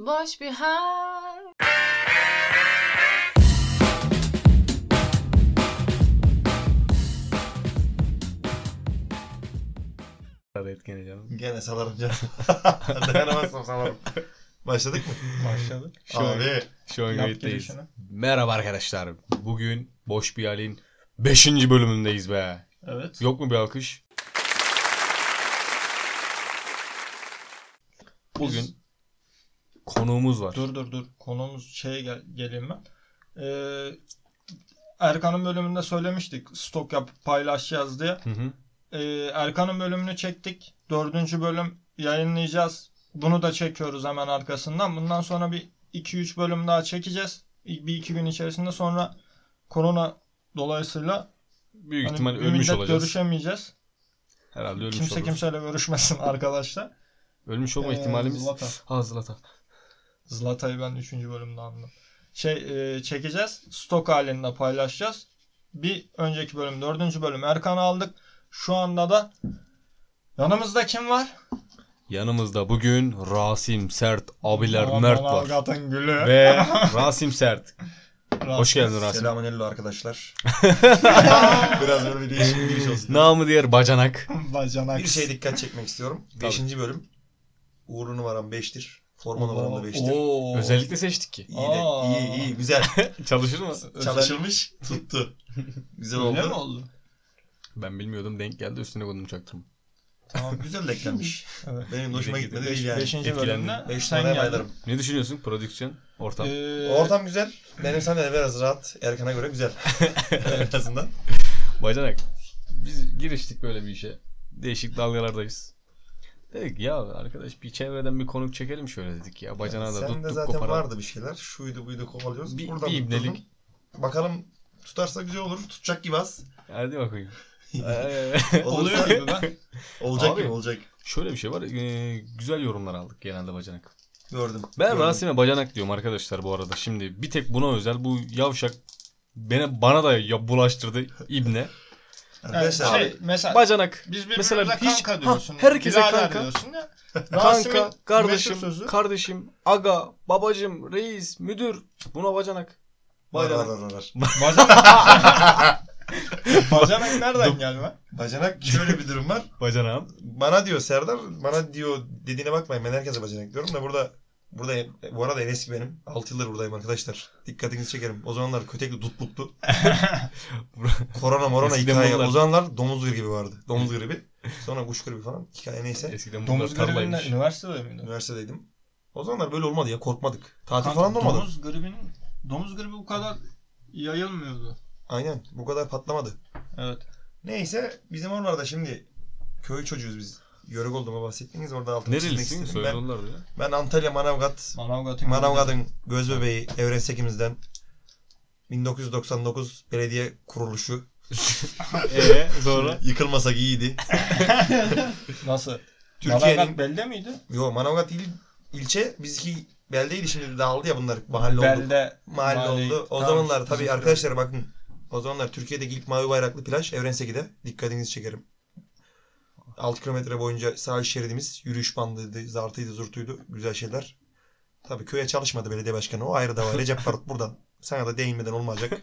Boş bir hal. Sarı etkeni canım. Gene salarım canım. Dayanamazsam salarım. Başladık mı? Başladık. Şu an, Abi. şu an Yap kayıttayız. girişini. Merhaba arkadaşlar. Bugün Boş Bir Hal'in 5. bölümündeyiz be. Evet. Yok mu bir alkış? Bugün konuğumuz var. Dur dur dur. Konumuz şeye gel geleyim ben. Ee, Erkan'ın bölümünde söylemiştik. Stok yapıp paylaşacağız diye. Hı hı. Ee, Erkan'ın bölümünü çektik. Dördüncü bölüm yayınlayacağız. Bunu da çekiyoruz hemen arkasından. Bundan sonra bir 2-3 bölüm daha çekeceğiz. Bir iki gün içerisinde sonra korona dolayısıyla Büyük hani ihtimal bir ölmüş müddet olacağız. görüşemeyeceğiz. Herhalde ölmüş Kimse oluruz. kimseyle görüşmesin arkadaşlar. Ölmüş olma Ee, ihtimalimiz. Zlatan. Ha Zlatan. Zlata'yı ben 3. bölümde anladım. Şey e, çekeceğiz. Stok halinde paylaşacağız. Bir önceki bölüm 4. bölüm Erkan'ı aldık. Şu anda da yanımızda kim var? Yanımızda bugün Rasim Sert abiler Aman Mert Aman var. Avgat'ın gülü. Ve Rasim Sert. Hoş geldin Rasim. Selamun aleyküm arkadaşlar. Biraz böyle bir değişik bir giriş olsun. Namı diğer bacanak. Bacanak. Bir şeye dikkat çekmek istiyorum. Tabii. Beşinci bölüm. Uğurlu numaram 5'tir. Forma Oo, numaram da 5'tir. oo. Özellikle seçtik ki. İyi de Aa. iyi iyi güzel. Çalışır mı? Özellik- Çalışılmış tuttu. Güzel Öyle mi oldu. oldu? Ben bilmiyordum denk geldi üstüne konum çaktım. Tamam. Güzel de eklenmiş. Evet. Benim de hoşuma Beş- gitmedi beş- değil yani. 5. etkilendim. bölümde 5 sen numaraya geldin. bayılırım. Ne düşünüyorsun prodüksiyon ortam? Ee, Ortam güzel. Benim senden biraz rahat. Erkan'a göre güzel. en azından. Bacanak biz giriştik böyle bir işe. Değişik dalgalardayız. Dedik ya arkadaş bir çevreden bir konuk çekelim şöyle dedik ya. Bacanağı da Sen de tuttuk zaten koparalım. vardı bir şeyler. Şuydu buydu kovalıyoruz. Bir, Buradan bir ibnelik. tuttum. Bakalım tutarsa güzel olur. Tutacak gibi az. Hadi bakayım. oluyor gibi ben. Olacak Abi. gibi olacak. şöyle bir şey var. ee, güzel yorumlar aldık genelde bacanak. Gördüm. Ben Gördüm. Rasim'e bacanak diyorum arkadaşlar bu arada. Şimdi bir tek buna özel bu yavşak bana, bana da ya bulaştırdı ibne. Arkadaşlar şey, mesela Bacanak. biz birbirimize Mesela hiç- kanka Ha, diyorsun. herkese birader kanka. diyorsun ya. Kanka, Rasim'in kardeşim, meşhur sözü- kardeşim, aga, babacım, reis, müdür. Buna bacanak. var var Bacanak. var var. Bacanak nereden geldi lan? Bacanak şöyle bir durum var. Bacanağım. Bana diyor Serdar, bana diyor dediğine bakmayın. Ben herkese bacanak diyorum da burada burada bu arada Enes benim. 6 yıldır buradayım arkadaşlar. Dikkatinizi çekerim. O zamanlar kötekli tutbuktu. Korona morona Eskiden hikaye. bunlar- O zamanlar domuz gribi vardı. Domuz gribi. Sonra kuş gribi falan. Hikaye neyse. Eskiden Domuz domuz gribinde tarlaymış. üniversitede miydi? Üniversitedeydim. O zamanlar böyle olmadı ya korkmadık. Tatil Kanka, falan da olmadı. Domuz gribinin domuz gribi bu kadar yayılmıyordu. Aynen bu kadar patlamadı. Evet. Neyse bizim oralarda şimdi köy çocuğuyuz biz. Yörük olduğuma bahsettiniz orada altını çizmek Nerelisin? istedim. Söyle Ben, onları ya. ben Antalya Manavgat. Manavgat'ın Manavgat'ın göz bebeği Evren Sekimiz'den 1999 belediye kuruluşu. Eee sonra? Yıkılmasak iyiydi. nasıl? Türkiye'nin Manavgat belde miydi? yo Manavgat il, ilçe bizki beldeydi şimdi dağıldı ya bunlar mahalle oldu. Belde. Mahalle mahalle- oldu. O Tamam, zamanlar bizim- tabii arkadaşlar bakın o zamanlar Türkiye'deki ilk mavi bayraklı plaj Evren Seki'de. Dikkatinizi çekerim. 6 kilometre boyunca sahil şeridimiz yürüyüş bandıydı, zartıydı, zurtuydu. Güzel şeyler. Tabii köye çalışmadı belediye başkanı. O ayrı dava. Recep Faruk buradan. Sana da değinmeden olmayacak.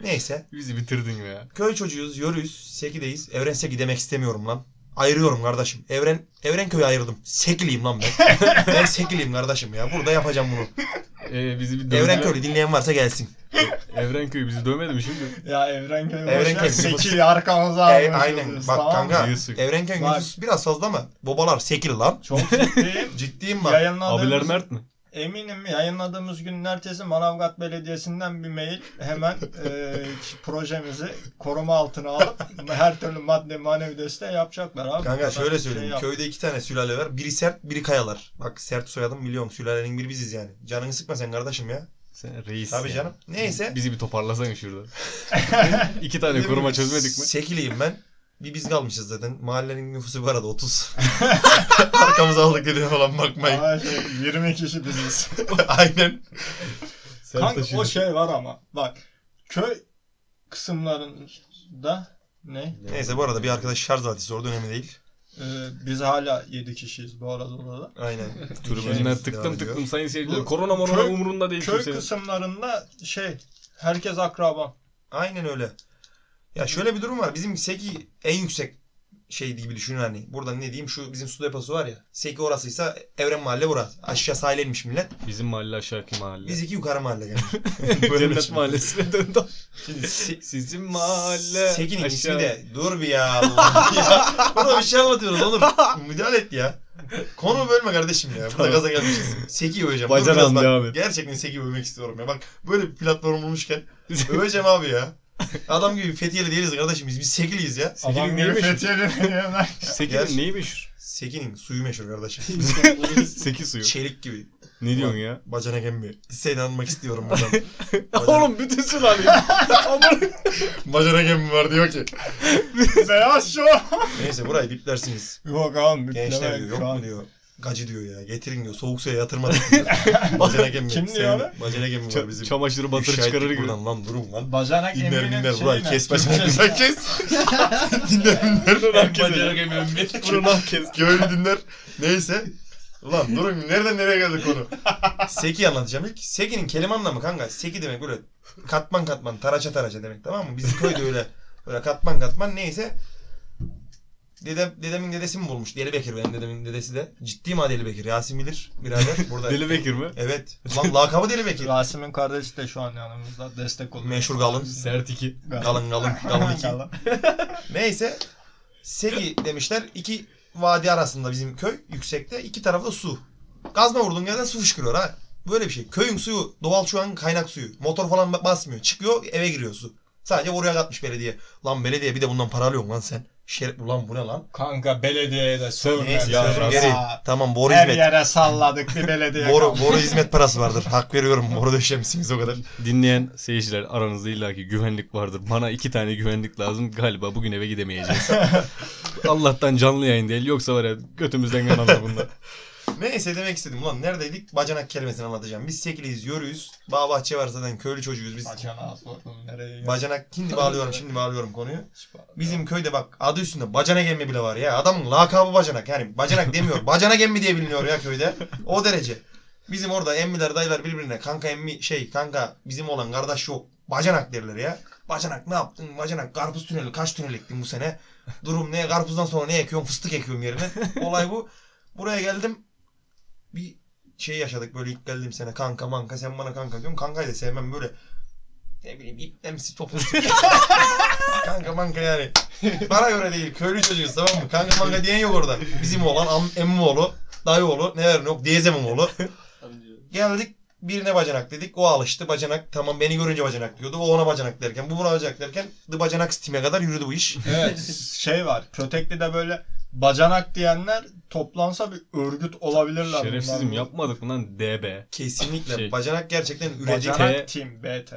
Neyse. Bizi bitirdin ya. Köy çocuğuyuz, yörüyüz, Seki'deyiz. Evren Seki demek istemiyorum lan. Ayırıyorum kardeşim. Evren Evren köyü ayırdım. Sekiliyim lan ben. ben Sekiliyim kardeşim ya. Burada yapacağım bunu. Ee, bizi bir Evren dövdüler. Köylü dinleyen varsa gelsin. Evrenköy bizi dövmedi mi şimdi? Ya Evrenköy. Evrenköy. Evrenköy. Sekiyi arkamıza E, almışız. aynen bak kanka Diyorsun. Evrenköy Bak. nüfus biraz fazla mı? Babalar sekil lan. Çok ciddiyim. Ciddiyim bak. Yayınladığımız, Abiler Mert mi? eminim yayınladığımız günün ertesi Manavgat Belediyesi'nden bir mail hemen e, projemizi koruma altına alıp her türlü madde manevi desteği yapacaklar abi. Bu Kanka kadar şöyle şey söyleyeyim. yap. Köyde iki tane sülale var. Biri sert biri kayalar. Bak sert soyadım biliyorum. Sülalenin biri biziz yani. Canını sıkma sen kardeşim ya. Sen reis. Tabii ya. canım. Neyse. Bizi bir toparlasana şurada. İki tane koruma çözmedik mi? Sekiliyim ben. Bir biz kalmışız zaten. Mahallenin nüfusu bu arada 30. Arkamıza aldık dedi falan bakmayın. Ama şey, 20 kişi biziz. Aynen. Sen Kanka o taşıyordun. şey var ama bak köy kısımlarında ne? Neyse bu arada bir arkadaş şarj aleti sordu önemli değil. Ee, biz hala 7 kişiyiz bu arada odada. Aynen. Tribünler Şeyimiz devam tıktım ediyor. tıktım sayın seyirciler. Bu Korona morona köy- umurunda değil Köy kimsenin. kısımlarında şey herkes akraba. Aynen öyle. Ya şöyle bir durum var. Bizim Seki en yüksek şey gibi düşünün hani. Buradan ne diyeyim şu bizim su deposu var ya. Seki orasıysa Evren Mahalle burası. Aşağı sahile inmiş millet. Bizim mahalle aşağıki mahalle. Biz iki yukarı mahalle yani. Cennet mahallesine döndü. Şimdi Se- Sizin mahalle. Seki'nin aşağı- ismi de dur bir ya Allah ya. Burada bir şey anlatıyoruz oğlum. Müdahale et ya. Konu bölme kardeşim ya. Burada Tamam. gaza gelmişiz. Seki'yi öveceğim. Dur Bacan biraz abi, bak. devam et. Gerçekten Seki'yi övmek istiyorum ya. Bak böyle bir platform bulmuşken öveceğim abi ya. Adam gibi Fethiye'li değiliz kardeşim biz. Biz Sekiliyiz ya. Seki'nin neyi meşhur? Fethiye'de Seki'nin Gerçi- neyi meşhur? Seki'nin suyu meşhur kardeşim. Seki suyu. Çelik gibi. Ne diyorsun ya? Bacana gemmi. Seni anmak istiyorum buradan. Oğlum bütün sülaleyim. Bacana gemmi var diyor ki. Beyaz şu. Neyse burayı biplersiniz. Yok abi Gençler diyor mükleme yok şu an. mu diyor. Gacı diyor ya. Getirin diyor. Soğuk suya yatırmadık diyor. Bacana gemmi. Kim Senin diyor abi? Bacana gemmi var bizim. Çamaşırı Üç batır şahitlik çıkarır gibi. Buradan lan durun lan. Bacanak Dinler Emre'nin dinler şeyi burayı mi? kes bacana Türkçesi. gemmi. kes. dinler dinler. Herkese. Emmi. Bunu herkes. Köylü dinler. Neyse. Ulan durun nereden nereye geldi konu? Seki anlatacağım ilk. Seki'nin kelime anlamı kanka. Seki demek böyle katman katman taraça taraça demek tamam mı? Biz köyde öyle böyle katman katman neyse. Dedem, dedemin dedesi mi bulmuş? Deli Bekir benim dedemin dedesi de. Ciddi ma Deli Bekir. Yasin bilir birader. Burada. Deli Bekir mi? Evet. Lan lakabı Deli Bekir. Rasim'in kardeşi de şu an yanımızda destek oluyor. Meşhur galın. Sert iki. Galın galın galın iki. Neyse. Seki demişler. iki vadi arasında bizim köy yüksekte. iki tarafta su. Gazma vurduğun yerden su fışkırıyor ha. Böyle bir şey. Köyün suyu doğal şu an kaynak suyu. Motor falan ba- basmıyor. Çıkıyor eve giriyor su. Sadece oraya katmış belediye. Lan belediye bir de bundan para alıyorsun lan sen. Şerif ulan bu ne lan? Kanka belediyeye de sövme. Neyse Ya sözüm Rasim. geri. Aa, Tamam boru Her hizmet. yere salladık bir belediye. Boru, kaldı. boru hizmet parası vardır. Hak veriyorum. Boru döşemişsiniz o kadar. Dinleyen seyirciler aranızda illaki güvenlik vardır. Bana iki tane güvenlik lazım. Galiba bugün eve gidemeyeceğiz. Allah'tan canlı yayın değil. Yoksa var ya götümüzden kan alır bunlar. Neyse demek istedim. Ulan neredeydik? Bacanak kelimesini anlatacağım. Biz sekiliyiz, yörüyüz. Bağ bahçe var zaten köylü çocuğuyuz biz. Bacana sordum nereye Bacanak şimdi bağlıyorum şimdi bağlıyorum konuyu. gidiyor? Bizim köyde bak adı üstünde bacanak emmi bile var ya. Adamın lakabı bacanak yani bacanak demiyor. bacanak emmi diye biliniyor ya köyde. O derece. Bizim orada emmiler dayılar birbirine kanka emmi şey kanka bizim olan kardeş yok. Bacanak derler ya. Bacanak ne yaptın? Bacanak karpuz tüneli kaç tünel ektin bu sene? Durum ne? Karpuzdan sonra ne ekiyorum? Fıstık ekiyorum yerine. Olay bu. Buraya geldim. Bir şey yaşadık böyle ilk geldiğim sene kanka manka sen bana kanka diyorum. Kankayı da sevmem böyle. Ne bileyim iplemsi toplusu. kanka manka yani. Bana göre değil. Köylü çocuğuz tamam mı? Kanka manka diyen yok orada. Bizim oğlan am, emmioğlu, dayıoğlu, ne verin yok, diyezemimoğlu. Geldik birine bacanak dedik. O alıştı bacanak. Tamam beni görünce bacanak diyordu. O ona bacanak derken. Bu buna bacanak derken. The bacanak steam'e kadar yürüdü bu iş. Evet şey var. Kötekli'de böyle bacanak diyenler toplansa bir örgüt olabilirler. Şerefsizim bunlar. yapmadık mı lan DB? Kesinlikle. Şey- bacanak gerçekten ürecek. Bacanak team BT.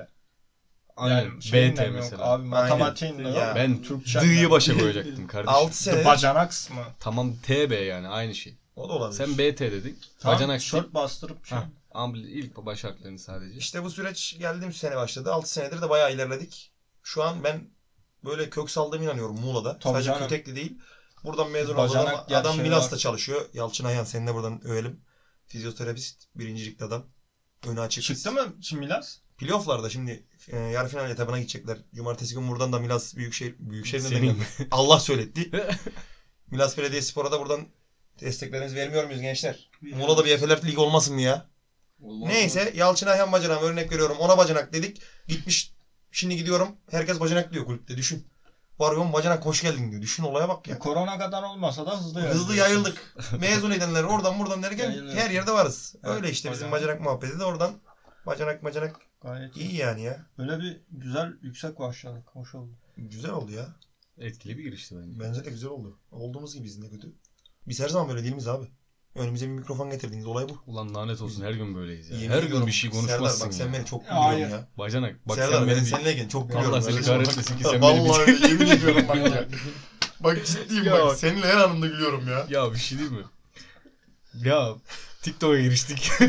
Aynen. şeyin de BT yok mesela. Abi matematiğin de Aynen. yok. Ya. ben Türkçe- D'yi başa koyacaktım kardeşim. 6 The sene. Bacanaks mı? Tamam TB yani aynı şey. O da olabilir. Sen BT dedin. Tamam, Bacanak Şort bastırıp şey. Ha, Ambil ilk baş harflerini sadece. İşte bu süreç geldiğim sene başladı. 6 senedir de bayağı ilerledik. Şu an ben böyle kök saldığımı inanıyorum Muğla'da. Tabii Sadece canım. Kötekli değil. Buradan mezun Bacanak olan yani adam şey Milas'ta var. çalışıyor. Yalçın Ayhan seni de buradan övelim. Fizyoterapist, birincilikli adam. Önü açık. Çıktı mı şimdi Milas? Playoff'larda şimdi e, yarı final etabına gidecekler. Cumartesi günü buradan da Milas Büyükşehir Büyükşehir'den de Senin- geldi. Allah söyletti. Milas Belediyespor'a da buradan desteklerinizi vermiyor muyuz gençler? Muğla'da bir Efeler Ligi olmasın mı ya? Neyse Yalçın Ayhan Bacanak örnek veriyorum. Ona Bacanak dedik. Gitmiş şimdi gidiyorum. Herkes Bacanak diyor kulüpte düşün. Varıyorum Bacanak hoş geldin diyor. Düşün olaya bak Ya ya. korona kadar olmasa da hızlı Hızlı yayıldık. Mezun edenler oradan buradan derken Yayılıyorsun. her yerde varız. Evet, Öyle işte bizim Bacanak. Bacanak muhabbeti de oradan. Bacanak Bacanak Gayet iyi. iyi yani ya. Böyle bir güzel yüksek başladık. Hoş oldu. Güzel oldu ya. Etkili bir girişti bence. Bence de güzel oldu. Olduğumuz gibiyiz ne kötü. Biz her zaman böyle değil miyiz abi? Önümüze bir mikrofon getirdiniz. Olay bu. Ulan lanet olsun her gün böyleyiz ya. Yemin her gün ediyorum. bir şey Serdar konuşmazsın bak ya. sen beni çok Ya gülüyorsun hayır. ya. Bacanak bak Serdar sen ben beni değil. seninleyken çok Allah gülüyorum. seni kardeşim. kahretmesin ki sen beni şey Vallahi öyle yemin ediyorum bak ya. Bak ciddiyim Ya bak. bak. Seninle her anımda gülüyorum ya. Ya bir şey değil mi? Ya TikTok'a giriştik.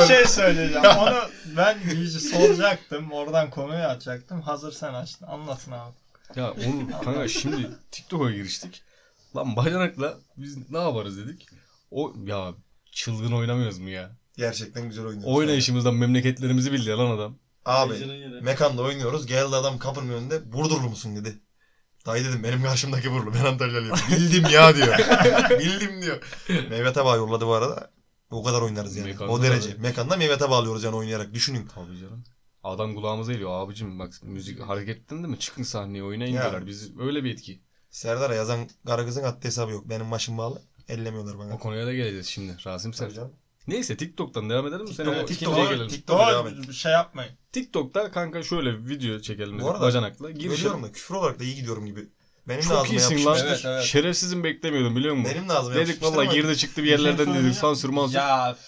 Bir şey söyleyeceğim. Onu ben iyice soracaktım. Oradan konuyu açacaktım. Hazır sen açtın. Anlatın abi. Ya onun kanka şimdi TikTok'a giriştik. Lan bacanakla biz ne yaparız dedik. O ya çılgın oynamıyoruz mu ya? Gerçekten güzel oynuyoruz. Oynayışımızdan memleketlerimizi bildi ya lan adam. Abi mekanda oynuyoruz. Geldi adam kapının önünde Burdurlu musun dedi. Dayı dedim benim karşımdaki Burlu. Ben Antalyalıyım. Bildim ya diyor. Bildim diyor. Meyve tabağı yolladı bu arada. O kadar oynarız yani. Mekanda o derece. da- Mekanda meyve tabağı alıyoruz yani oynayarak. Düşünün. Tabii canım. Adam kulağımıza geliyor abicim bak müzik hareketten değil mi? Çıkın sahneye oynayın Ya. diyorlar. Biz öyle bir etki. Serdar'a yazan Karagız'ın adli hesabı yok. Benim başım bağlı. Ellemiyorlar bana. O konuya da geleceğiz şimdi Rasim Ser. Tabii canım. Neyse TikTok'tan devam edelim mi? Sen o TikTok- ikinciye TikTok'a gelelim. TikTok'a devam et. Doğru şey yapmayın. TikTok'ta kanka şöyle bir video çekelim dedik Bu arada bacanakla. Girişelim. Görüyorum da küfür olarak da iyi gidiyorum gibi. Benim de Çok ağzıma iyisin lan. yapışmıştır. Evet, evet. Şerefsizim beklemiyordum biliyor musun? Benim de ağzıma Dedik yapışmıştır valla ama- girdi çıktı bir Bir şey yerlerden dedik söyleyeceğim. sansür mansur. Ya, Ya. üf.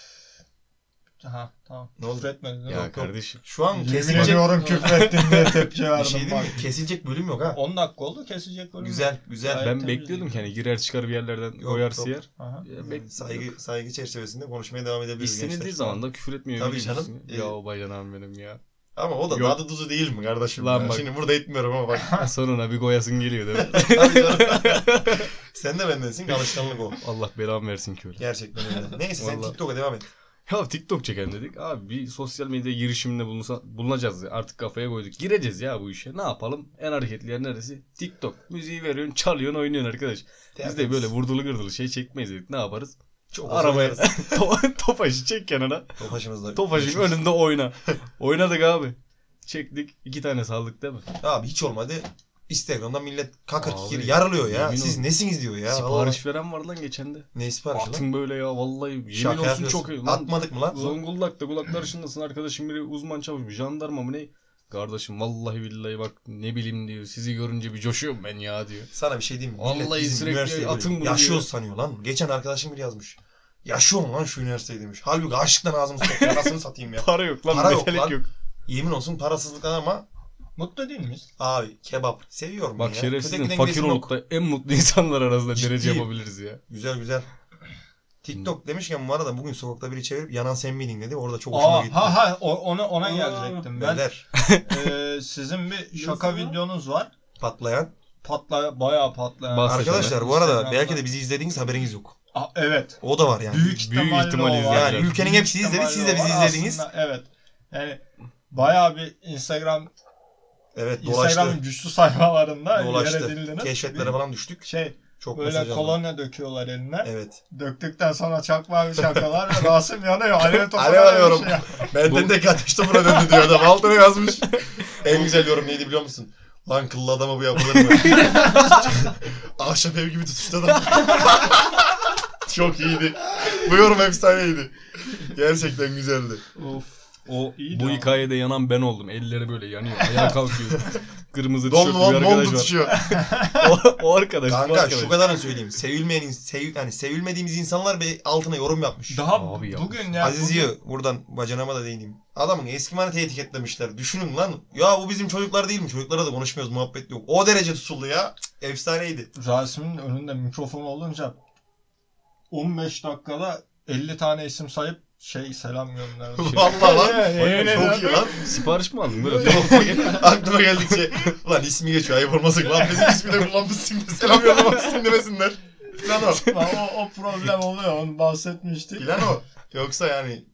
Ha tamam. Ne oldu? Küfür etmedin değil mi? Yok, yok. kardeşim. Şu an Yemin kesilecek ediyorum küfrettin diye tepki bir verdim. şey değil mi? Kesilecek bölüm yok ha. 10 dakika oldu kesecek bölüm. Güzel, güzel. Gayet Ben temiz bekliyordum yani. ki hani girer çıkar bir yerlerden Yok, oyar yok. siyer. Aha. Ya, Yani bek- saygı saygı çerçevesinde konuşmaya devam edebiliriz gençler. İstenildiği zaman da küfür etmiyor. Tabii biliyor canım. musun? Ee, Ya o bacanağım benim ya. Ama o da Yok. dadı duzu değil mi kardeşim? Lan ya? bak. Şimdi burada etmiyorum ama bak. Sonuna bir goyasın geliyor değil mi? Tabii canım. sen de bendensin alışkanlık o. Allah belamı versin ki öyle. Gerçekten öyle. Neyse sen Vallahi. TikTok'a devam et. Ya TikTok çeken dedik. Abi bir sosyal medya girişiminde bulunsa, bulunacağız. ya. Artık kafaya koyduk. Gireceğiz ya bu işe. Ne yapalım? En hareketli yer neresi? TikTok. Müziği veriyorsun, çalıyorsun, oynuyorsun arkadaş. Biz de böyle vurdulu gırdılı şey çekmeyiz dedik. Ne yaparız? çok Arabaya to- topaşı çek kenara. Topaşımızla. Topaşın önünde oyna. Oynadık abi. Çektik. iki tane saldık değil mi? Abi hiç olmadı. Instagram'dan millet kakır Abi, kikir yarılıyor ya. yemin Siz olsun. nesiniz diyor ya. Sipariş veren var lan geçen de. Allah. Ne siparişi lan? Atın böyle ya vallahi yemin Şaka olsun yapıyorsun. çok iyi. Lan Atmadık mı lan? Zonguldak'ta kulaklar şındasın arkadaşım biri uzman çavuş bir jandarma mı ne? Kardeşim vallahi billahi bak ne bileyim diyor. Sizi görünce bir coşuyorum ben ya diyor. Sana bir şey diyeyim mi? Vallahi Millet bizim sürekli üniversiteyi atın böyle bunu Yaşıyoruz diyor. sanıyor lan. Geçen arkadaşım biri yazmış. Yaşıyorum lan şu üniversiteyi demiş. Halbuki açlıktan ağzımı sokuyor. Nasıl satayım ya? Para yok lan Para yok metelik lan. yok. Yemin olsun parasızlıktan ama Mutlu değil miyiz? abi kebap seviyorum Bak ya. şerefsizin Ötekinden fakir gidesim olup yok. da en mutlu insanlar arasında Ciddi. derece yapabiliriz ya. Güzel güzel. TikTok demişken bu arada bugün sokakta biri çevirip yanan sen miydin dedi. Orada çok hoşuma Aa, gitti. ha ha o- ona ona Aa. gelecektim ben. Beyler Ee, sizin bir şaka Yazılı. videonuz var. patlayan. Patla bayağı patlayan. Bas- Bahsedelim. Arkadaşlar bu arada Instagram'dan. belki de bizi izlediğiniz haberiniz yok. Aa, evet. O da var yani. Büyük Büyük ihtimalle ihtimal o var. izleyeceğiz. Yani ülkenin hepsi Büyük izledi. Siz de bizi ihtimalle o var. izlediniz. Aslında evet. Yani bayağı bir Instagram Evet dolaştı. Instagram'ın güçlü sayfalarında yer Dolaştı. edildiniz. Keşfetlere falan düştük. Şey Çok mesaj böyle aldım. kolonya döküyorlar eline. Evet. Döktükten sonra çakmağı bir şakalar ve Rasim yanıyor. Alev topu Alev alıyorum. Benden Bu- de ateş topuna döndü diyor adam. Altına yazmış. en güzel yorum neydi biliyor musun? Lan kıllı adama bu yapılır mı? Ahşap ev gibi tutuştu adam. Çok iyiydi. Bu yorum efsaneydi. Gerçekten güzeldi. Of. O İyi bu de hikayede yanan ben oldum. Elleri böyle yanıyor. Ayağa kalkıyor. Kırmızı Don tişörtlü bir Juan Mon arkadaş var. tutuşuyor. O, o arkadaş. bu Kanka arkadaş. şu kadarını söyleyeyim. Sevilmeyen, ins- sev, yani sevilmediğimiz insanlar bir altına yorum yapmış. Daha Abi ya. bugün ya. Aziz bugün- Yı, buradan bacanama da değineyim. Adamın eski maneti etiketlemişler. Düşünün lan. Ya bu bizim çocuklar değil mi? Çocuklara da konuşmuyoruz. Muhabbet yok. O derece tutuldu ya. Cık, Efsaneydi. Rasim'in önünde mikrofon olunca 15 dakikada 50 tane isim sayıp şey selam gönderdi. Vallahi lan. Yemin Çok iyi ediyorum. lan. Sipariş mi aldın böyle? Aklıma geldikçe. Ulan ismi geçiyor. Ayıp olmasın. Lan bizim ismi de kullanmışsın. diye Selam yollamasın demesinler. Plan o. o, o problem oluyor onu bahsetmiştik. Plan o. Yoksa yani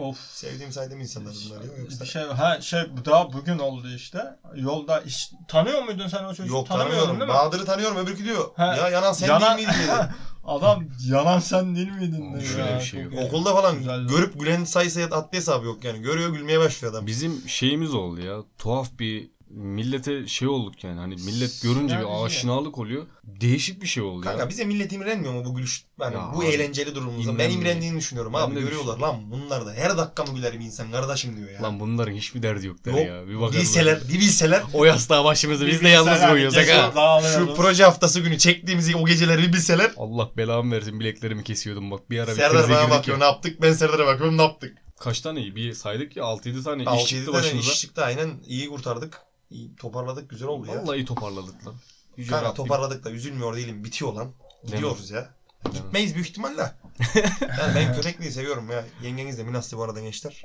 Of. sevdiğim saydığım insanlar bunlar. ya, Yoksa... Şey, ha, şey bu daha bugün oldu işte. Yolda iş, tanıyor muydun sen o çocuğu? Yok Tanımıyordun tanımıyorum. değil mi? Bahadır'ı tanıyorum. Öbürkü diyor. He. Ya yanan sen Yanan- değil miydin dedi. Adam yanan sen değil miydin? dedi Şöyle ya. bir şey yok. Bugün. Okulda falan Güzel. görüp gülen sayısı adli hesabı yok yani. Görüyor gülmeye başlıyor adam. Bizim şeyimiz oldu ya. Tuhaf bir millete şey olduk yani. Hani millet görünce Sinerji. bir aşinalık oluyor. Değişik bir şey oldu Kanka ya. bize millet imrenmiyor mu bu gülüş? Yani Ya bu abi, eğlenceli durumumuzda. Ben imrenmiyor. imrendiğini düşünüyorum Ben abi. de Görüyorlar lan bunlar da her dakika mı güler bir insan kardeşim diyor ya. Lan bunların hiçbir derdi yok der Yok, ya. Bir bakarlar. bilseler, bir bilseler O yastığa başımızı biz de yalnız Bilgisayar koyuyorsak herkes ha. dağılıyordu. şu proje haftası günü çektiğimiz o geceleri bir bilseler. Allah belamı versin bileklerimi kesiyordum bak bir ara bir Serdar krize bana girdik bakıyor ya. ne yaptık ben Serdar'a bakıyorum ne yaptık. Kaç tane bir saydık ya 6-7 tane iş 6-7 çıktı tane başımıza. iş çıktı aynen iyi kurtardık. İyi, toparladık güzel oldu ya. Vallahi toparladık lan. Yüce Kanka Rabbim. toparladık da üzülmüyor değilim bitiyor lan. mi? Gidiyoruz ya. Yani Gitmeyiz büyük ihtimalle. yani ben köpekliği seviyorum ya. Yengeniz de Minas'tı bu arada gençler.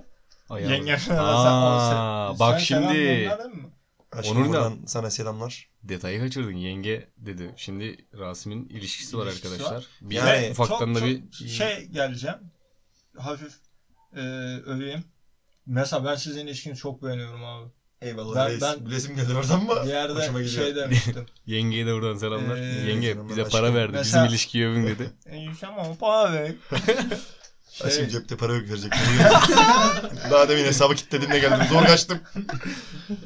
ayağına- Yengem. Aa, bak Sen selam şimdi. gönderdin mi? Aşkım Onur ne buradan sana selamlar. Detayı kaçırdın yenge dedi. Şimdi Rasim'in ilişkisi var İlişkisi arkadaşlar. var. Bir Yani Ve ufaktan çok- da çok bir şey geleceğim. Hafif e, öveyim. Mesela ben sizin ilişkini çok beğeniyorum abi. Eyvallah Ben- reis. ben- Resim geldi oradan mı? Bir Hoşuma yerde gidiyor. şey demiştim. yengeye de buradan selamlar. Ee, Yenge selamlar bize aşkım. para verdi. Mesela- Bizim ilişkiyi övün dedi. e, tamam abi. Açayım Şey, cepte para yok verecek. Daha demin hesabı kilitledim de geldim. Zor kaçtım.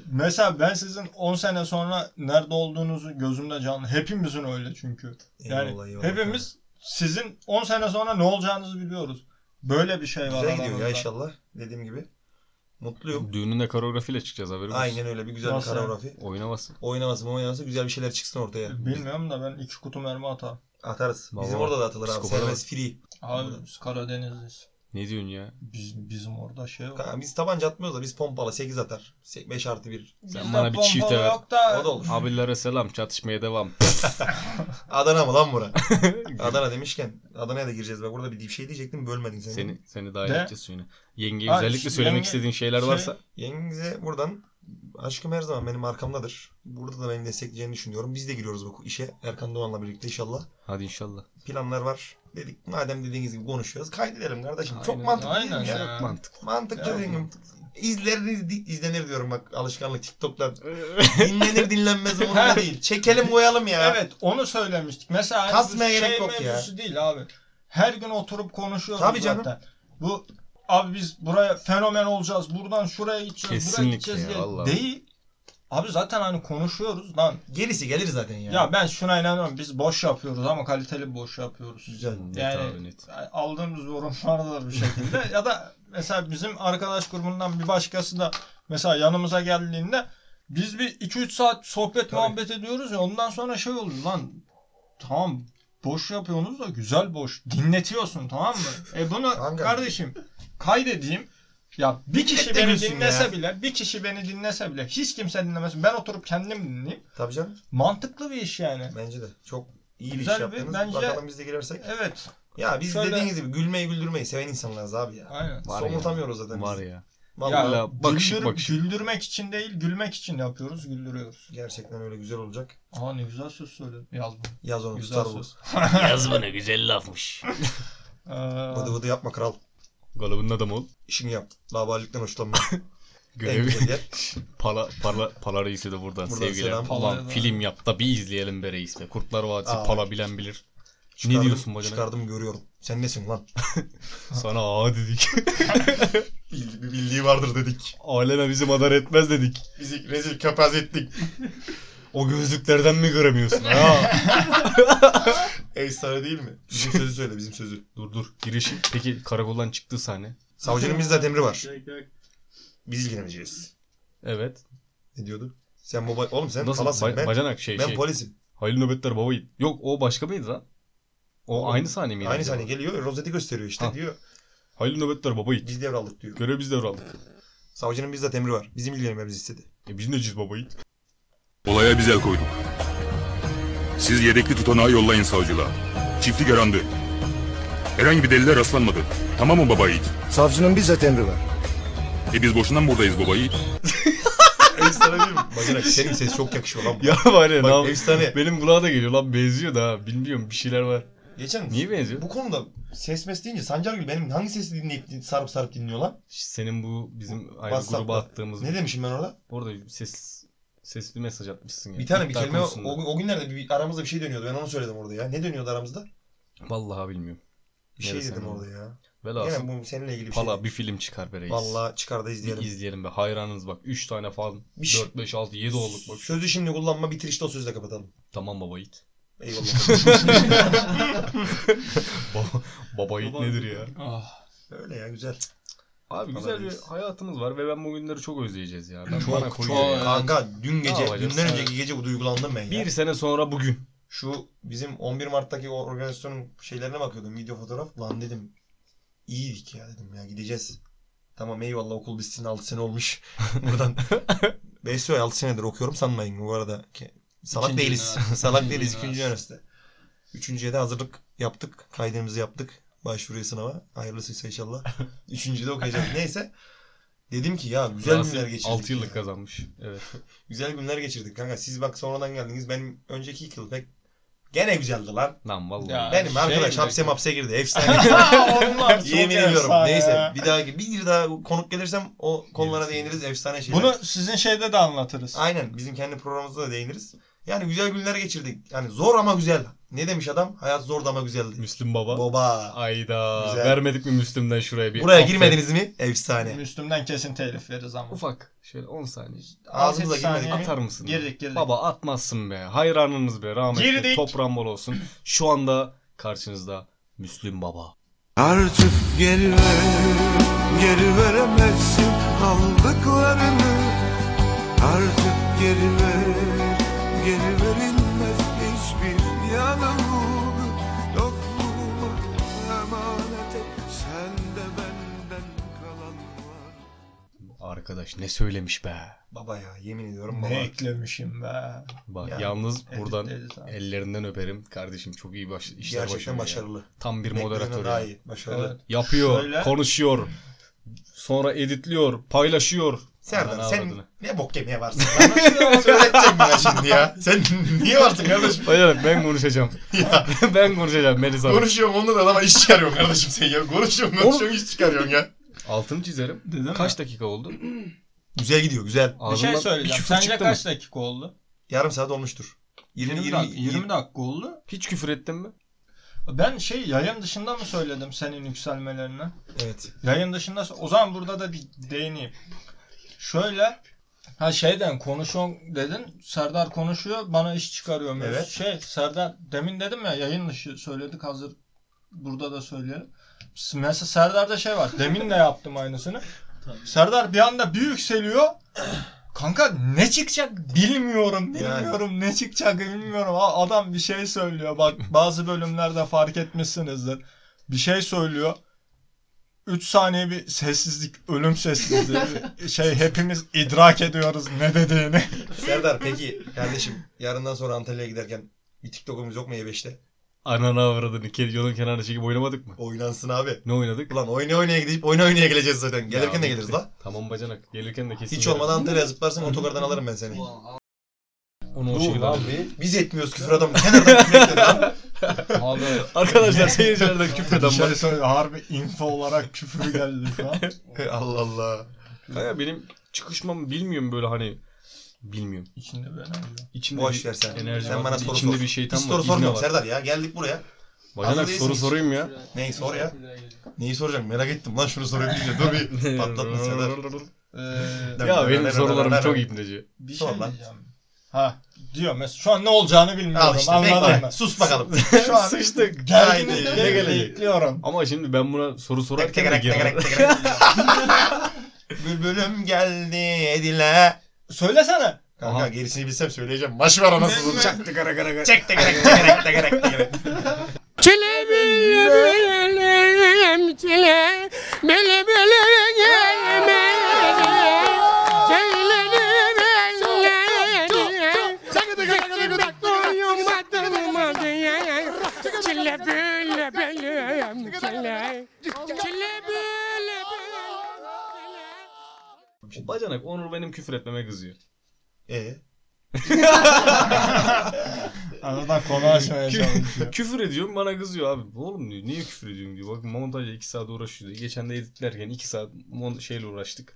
mesela ben sizin 10 sene sonra nerede olduğunuzu gözümde canlı. Hepimizin öyle çünkü. Yani hepimiz sizin 10 sene sonra ne olacağınızı biliyoruz. Böyle bir şey var. Güzel gidiyor ya aramızda. inşallah. Dediğim gibi. Mutluyum. Düğününde koreografiyle çıkacağız haberimiz. Aynen öyle bir güzel bir Nasıl? koreografi. Oynamasın. Oynaması mı oynansa güzel bir şeyler çıksın ortaya. Bilmiyorum da ben iki kutu mermi atarım. Atarız. Bizim Baba, orada da atılır abi. psikopata Serbest free. Abi biz Karadenizliyiz. Ne diyorsun ya? Biz, bizim orada şey yok. Ka- Biz tabanca atmıyoruz da biz pompalı 8 atar. 5 artı 1. Sen Bizde bana bir pompalı çifte ver. yok da- O da olur. Abilere selam çatışmaya devam. Adana mı lan bura? Adana demişken Adana'ya da gireceğiz. Bak burada bir bir şey diyecektim bölmedin seni. seni seni dahil De- edeceğiz suyuna. Yengeye Ay, özellikle şu- söylemek yenge- istediğin şeyler şey- varsa Yengenize buradan aşkım her zaman benim arkamdadır. Burada da beni destekleyeceğini düşünüyorum. Biz de giriyoruz bu işe. Erkan Doğan'la birlikte inşallah. hadi inşallah. Planlar var. Dedik madem dediğiniz gibi konuşuyoruz. Kaydedelim kardeşim. Çok Aynen. mantıklı değil mi Aynen ya? ya. Mantık. Mantıklı Ya, dediğim gibi. İzlenir, di- izlenir diyorum bak alışkanlık TikTok'tan. Dinlenir dinlenmez umurumda değil. Çekelim koyalım ya. Evet onu söylemiştik. Mesela Kasmaya bu şey gerek yok ya. mevzusu değil abi. Her gün oturup konuşuyoruz Tabii canım. zaten. Bu abi biz buraya fenomen olacağız. Buradan şuraya gideceğiz. Buraya Kesinlikle gideceğiz ya, diye. vallahi. Değil. Abi zaten hani konuşuyoruz lan. Gerisi gelir zaten ya. Ya ben şuna inanıyorum. Biz boş yapıyoruz ama kaliteli bir boş yapıyoruz. Güzel. Net Yani- abi net. aldığımız yorumlardır bir şekilde. ya da mesela bizim arkadaş grubundan bir başkası da mesela yanımıza geldiğinde biz bir 2-3 saat sohbet Tabii. muhabbet ediyoruz ya ondan sonra şey oluyor lan tamam boş yapıyorsunuz da güzel boş dinletiyorsun tamam mı? E bunu Kanka. kardeşim kaydedeyim. Ya bir kişi Millet de beni gülsün dinlese ya. bile, bir kişi beni dinlese bile, hiç kimse dinlemesin. Ben oturup kendim dinleyeyim. Tabii canım. Mantıklı bir iş yani. Bence de. Çok iyi bir Güzel iş bir- yaptınız. bence- Bakalım biz de girersek. Evet, Ya biz Şöyle- dediğiniz gibi gülmeyi güldürmeyi seven insanlarız abi ya. aynen. Var ya. Somurtamıyoruz zaten Var biz. ya. Vallahi Ya- bakışık bakışık. Güldürmek için değil, gülmek için yapıyoruz, güldürüyoruz. gerçekten öyle güzel olacak. Aa ne güzel söz söyledin. Yaz bunu. Yaz onu Güzel tutar bu. söz. Yaz bunu güzel lafmış. Ee, Vıdı vıdı yapma kral. Galibin adam ol. İşini yap. Laballikten hoşlanma. en Görev güzel yer. pala pala pala reisi de buradan, Buradan sevgiler. selam. Pala Pala'ya da- film yap da bir izleyelim be reis be. Kurtlar Vadisi Aa. pala bilen bilir. Çıkardım- diyorsun bacana? Çıkardım görüyorum. Sen nesin lan? Sana aa dedik. Bil- bir bildiği vardır dedik. Aleme bizi madar etmez dedik. Bizi rezil kapaz ettik. O gözlüklerden mi göremiyorsun ha? Efsane değil mi? Bizim sözü söyle bizim sözü. dur dur. Girişi peki karakoldan çıktığı sahne. Savcının bizzat emri var. Yok, yok. Biz ilgileneceğiz. Evet. Ne diyordu? Sen baba... Oğlum sen Nasıl? falasın. Ba- ben, bacanak şey ben şey. polisim. Hayırlı nöbetler baba yiğit. Yok o başka mıydı lan? O Oğlum, aynı sahne miydi? Aynı acaba? Ah. saniye geliyor. Rozeti gösteriyor işte Ha. diyor. Hayırlı nöbetler baba yiğit. Biz devraldık diyor. Görev biz devraldık. Savcının bizzat emri var. Bizim ilgilenmemizi istedi. E biz neciz baba yiğit? Olaya biz el koyduk. Siz yedekli tutanağı yollayın savcılığa. Çiftlik arandı. Herhangi bir delile rastlanmadı. Tamam mı baba Yiğit? Savcının bizzat emri var. E biz boşuna mı buradayız baba Yiğit? Efsane değil mi? Bacanak senin ses çok yakışıyor lan. Ya var ya Bak, ne yap- efsane. Benim kulağa da geliyor lan benziyor da ha. Bilmiyorum bir şeyler var. Geçen Niye benziyor? bu konuda ses mes deyince Sancargül benim hangi sesi dinleyip din- sarıp sarıp dinliyor lan? Senin bu bizim aynı WhatsApp'ta. gruba attığımız Ne demişim ben orada? orada ses sesli mesaj atmışsın ya. Bir tane bir İddia kelime konusunda. o, o günlerde bir, aramızda bir şey dönüyordu. Ben onu söyledim orada ya. Ne dönüyordu aramızda? Vallahi bilmiyorum. Bir şey Neresi dedim yani? orada ya. Velhasıl Yine bu seninle ilgili bir şey. pala değil. bir film çıkar be reis. Vallahi çıkar da bir izleyelim. izleyelim be. Hayranınız bak. 3 tane falan. Bir şey- 4, 5, 6, 7 olduk bak. Sözü şimdi kullanma bitirişte o sözle kapatalım. Tamam baba yiğit. Eyvallah. Ba- baba yiğit Baba- nedir ya? Ah, Öyle ya güzel. Abi güzel bir hayatımız var ve ben bu günleri çok özleyeceğiz ya. Ben Çok, bana çok. koyuyor ya. Kanka dün gece, yapacağız? dünden Evet. önceki gece duygulandım ben ya. Bir sene sonra bugün. Şu bizim 11 Mart'taki o organizasyonun şeylerine bakıyordum. Video fotoğraf. Lan dedim iyiydik ya dedim ya gideceğiz. Tamam eyvallah okul bitsin 6 sene olmuş. Buradan BSO 6 senedir okuyorum sanmayın bu arada. Ke- Salak İkinci değiliz. üniversite. Salak İkinci değiliz. ikinci üniversite. üniversite. Üçüncüye de hazırlık yaptık. Kaydımızı yaptık. Başvuruya sınava. Hayırlısıysa inşallah. Üçüncüde okuyacağız. Neyse. Dedim ki ya güzel Rasim günler geçirdik. 6 yıllık ya. kazanmış. Evet. Güzel günler geçirdik kanka. Siz bak sonradan geldiniz. Benim önceki iki yıl pek gene güzeldi lan. Lan vallahi. Ya. Benim şey arkadaş mi? hapse mapse girdi. Efsane. Onlar çok Yemin ediyorum. efsane Neyse ya. bir daha bir daha konuk gelirsem o konulara Gelirsin. değiniriz. Efsane şeyler. Bunu sizin şeyde de anlatırız. Aynen bizim kendi programımızda da değiniriz. Yani güzel günler geçirdik. Yani zor ama güzel. Ne demiş adam? Hayat zordu ama güzeldi. Müslüm Baba. Baba. Ayda. Güzel. Vermedik mi Müslüm'den şuraya bir Buraya affet. girmediniz mi? Efsane. Müslüm'den kesin telif veririz ama. Ufak. Şöyle 10 saniye. Ağzımıza Afet girmedik. saniye. Atar mısın? Girdik girdik. Baba atmazsın be. Hayranınız be. Rahmetli Girdik. toprağın bol olsun. Şu anda karşınızda Müslüm Baba. Artık geri ver, geri veremezsin aldıklarını. Artık geri ver, geri verilmez hiçbir yanımı. Yokluğuma emanet et, sen de benden kalan var. Arkadaş ne söylemiş be. Baba ya yemin ediyorum baba. Ne eklemişim be. Bak Ya, yalnız buradan edit abi. ellerinden öperim. Kardeşim çok iyi baş, işler başarıyor Gerçekten ya. başarılı. Tam bir moderatör. Beklediğinden ya. Daha iyi. Başarılı. Evet. Yapıyor, Şöyle- konuşuyor. Sonra editliyor, paylaşıyor. Serdar Ana sen avradını. ne bok yemeye varsın? lan? Söyleteceğim ben şimdi ya. Sen niye varsın kardeşim? Hayır ben konuşacağım. Ya. ben konuşacağım Melis abi. Konuşuyorum onunla da adama iş çıkarıyorsun kardeşim sen ya. Konuşuyorum konuşuyorum iş çıkarıyorsun ya. Altını çizerim. Dedim Kaç dakika oldu? şey Güzel gidiyor güzel. Bir Ağzımdan şey söyleyeceğim. küfür Sence çıktı kaç dakika oldu? Yarım saat olmuştur. 20, 20 dakika, 20 20 dakika oldu. Mı? Hiç küfür ettin mi? Ben şey yayın dışında mı söyledim senin yükselmelerini? Evet. Yayın dışında o zaman burada da bir değineyim. Şöyle ha şeyden konuşun dedin. Serdar konuşuyor bana iş çıkarıyor. mevzu. Evet. Şey Serdar demin dedim ya yayın dışı söyledik hazır burada da söyleyelim. Mesela Serdar'da şey var. Demin de yaptım aynısını. Serdar bir anda bir yükseliyor. Kanka ne çıkacak bilmiyorum bilmiyorum ne çıkacak bilmiyorum. A- Adam bir şey söylüyor bak bazı bölümlerde fark etmişsinizdir. Bir şey söylüyor. 3 saniye bir sessizlik, ölüm sessizliği. şey hepimiz idrak ediyoruz ne dediğini. Serdar peki kardeşim yarından sonra Antalya'ya giderken bir TikTok'umuz yok mu E E5'te? Ananı avradını ke- yolun kenarına çekip oynamadık mı? Oynansın abi. Ne oynadık? Ulan oyna oynaya gidip oyna oynaya geleceğiz zaten. Gelirken Ya, de bitti. geliriz la. Tamam bacanak. Gelirken de kesin. Hiç gelirim. olmadan Antalya'ya zıplarsın otogardan alırım ben seni. Onu o Dur şekilde lan alırım. bir. Biz etmiyoruz küfür adamı. Kenardan küfür ettin lan. Abi Arkadaşlar seyircilerden küfür bir eden var. şey söyle harbi info olarak küfür geldi şu an. Allah Allah. Kaya benim çıkışmam bilmiyorum böyle hani. Bilmiyorum. İçinde ben arıyorum. İçimde Boş bir ver sen. enerji sen var. bana soru İçimde sor. bir şeytan Hiç var. soru ibne sormuyorum var. Serdar ya. Geldik buraya. Hazır Bacanak değilsin soru hiç. sorayım ya. Neyi sor ya? Neyi soracağım merak ettim lan şunu sorayım deyince. Dur bir patlatma Serdar. Ee, ya benim sorularım çok ibneci. bir Sor şey lan. diyeceğim. Ha diyor mesela şu an ne olacağını bilmiyorum. Al işte Anladım bekle. ben. Sus bakalım. Şu an Sıçtık. gerginlikle Haydi, ne bile gelecek? bekliyorum. Ama şimdi ben buna soru Tek sorarken de tekerek girer. tekerek tekerek. Bülbülüm geldi edile. Söylesene. Kanka Aha. gerisini bilsem söyleyeceğim. Maç var anasını Ne- ne- satayım. Çak tekere kere kere. Çek tekere tekere tekere tekere. Çile bülbülüm çile Bülbülü gelmedi Söyledim elleri Duyum adımı diye Çile bülbülüm çile Çile bülbülüm Bacanak Onur benim küfür etmeme kızıyor. Ee, Aradan konu açmaya çalışıyor. küfür ediyorum bana kızıyor abi. Oğlum diyor niye küfür ediyorum diyor. Bakın montajla 2 saat uğraşıyor diyor. Geçen de editlerken 2 saat mon- şeyle uğraştık.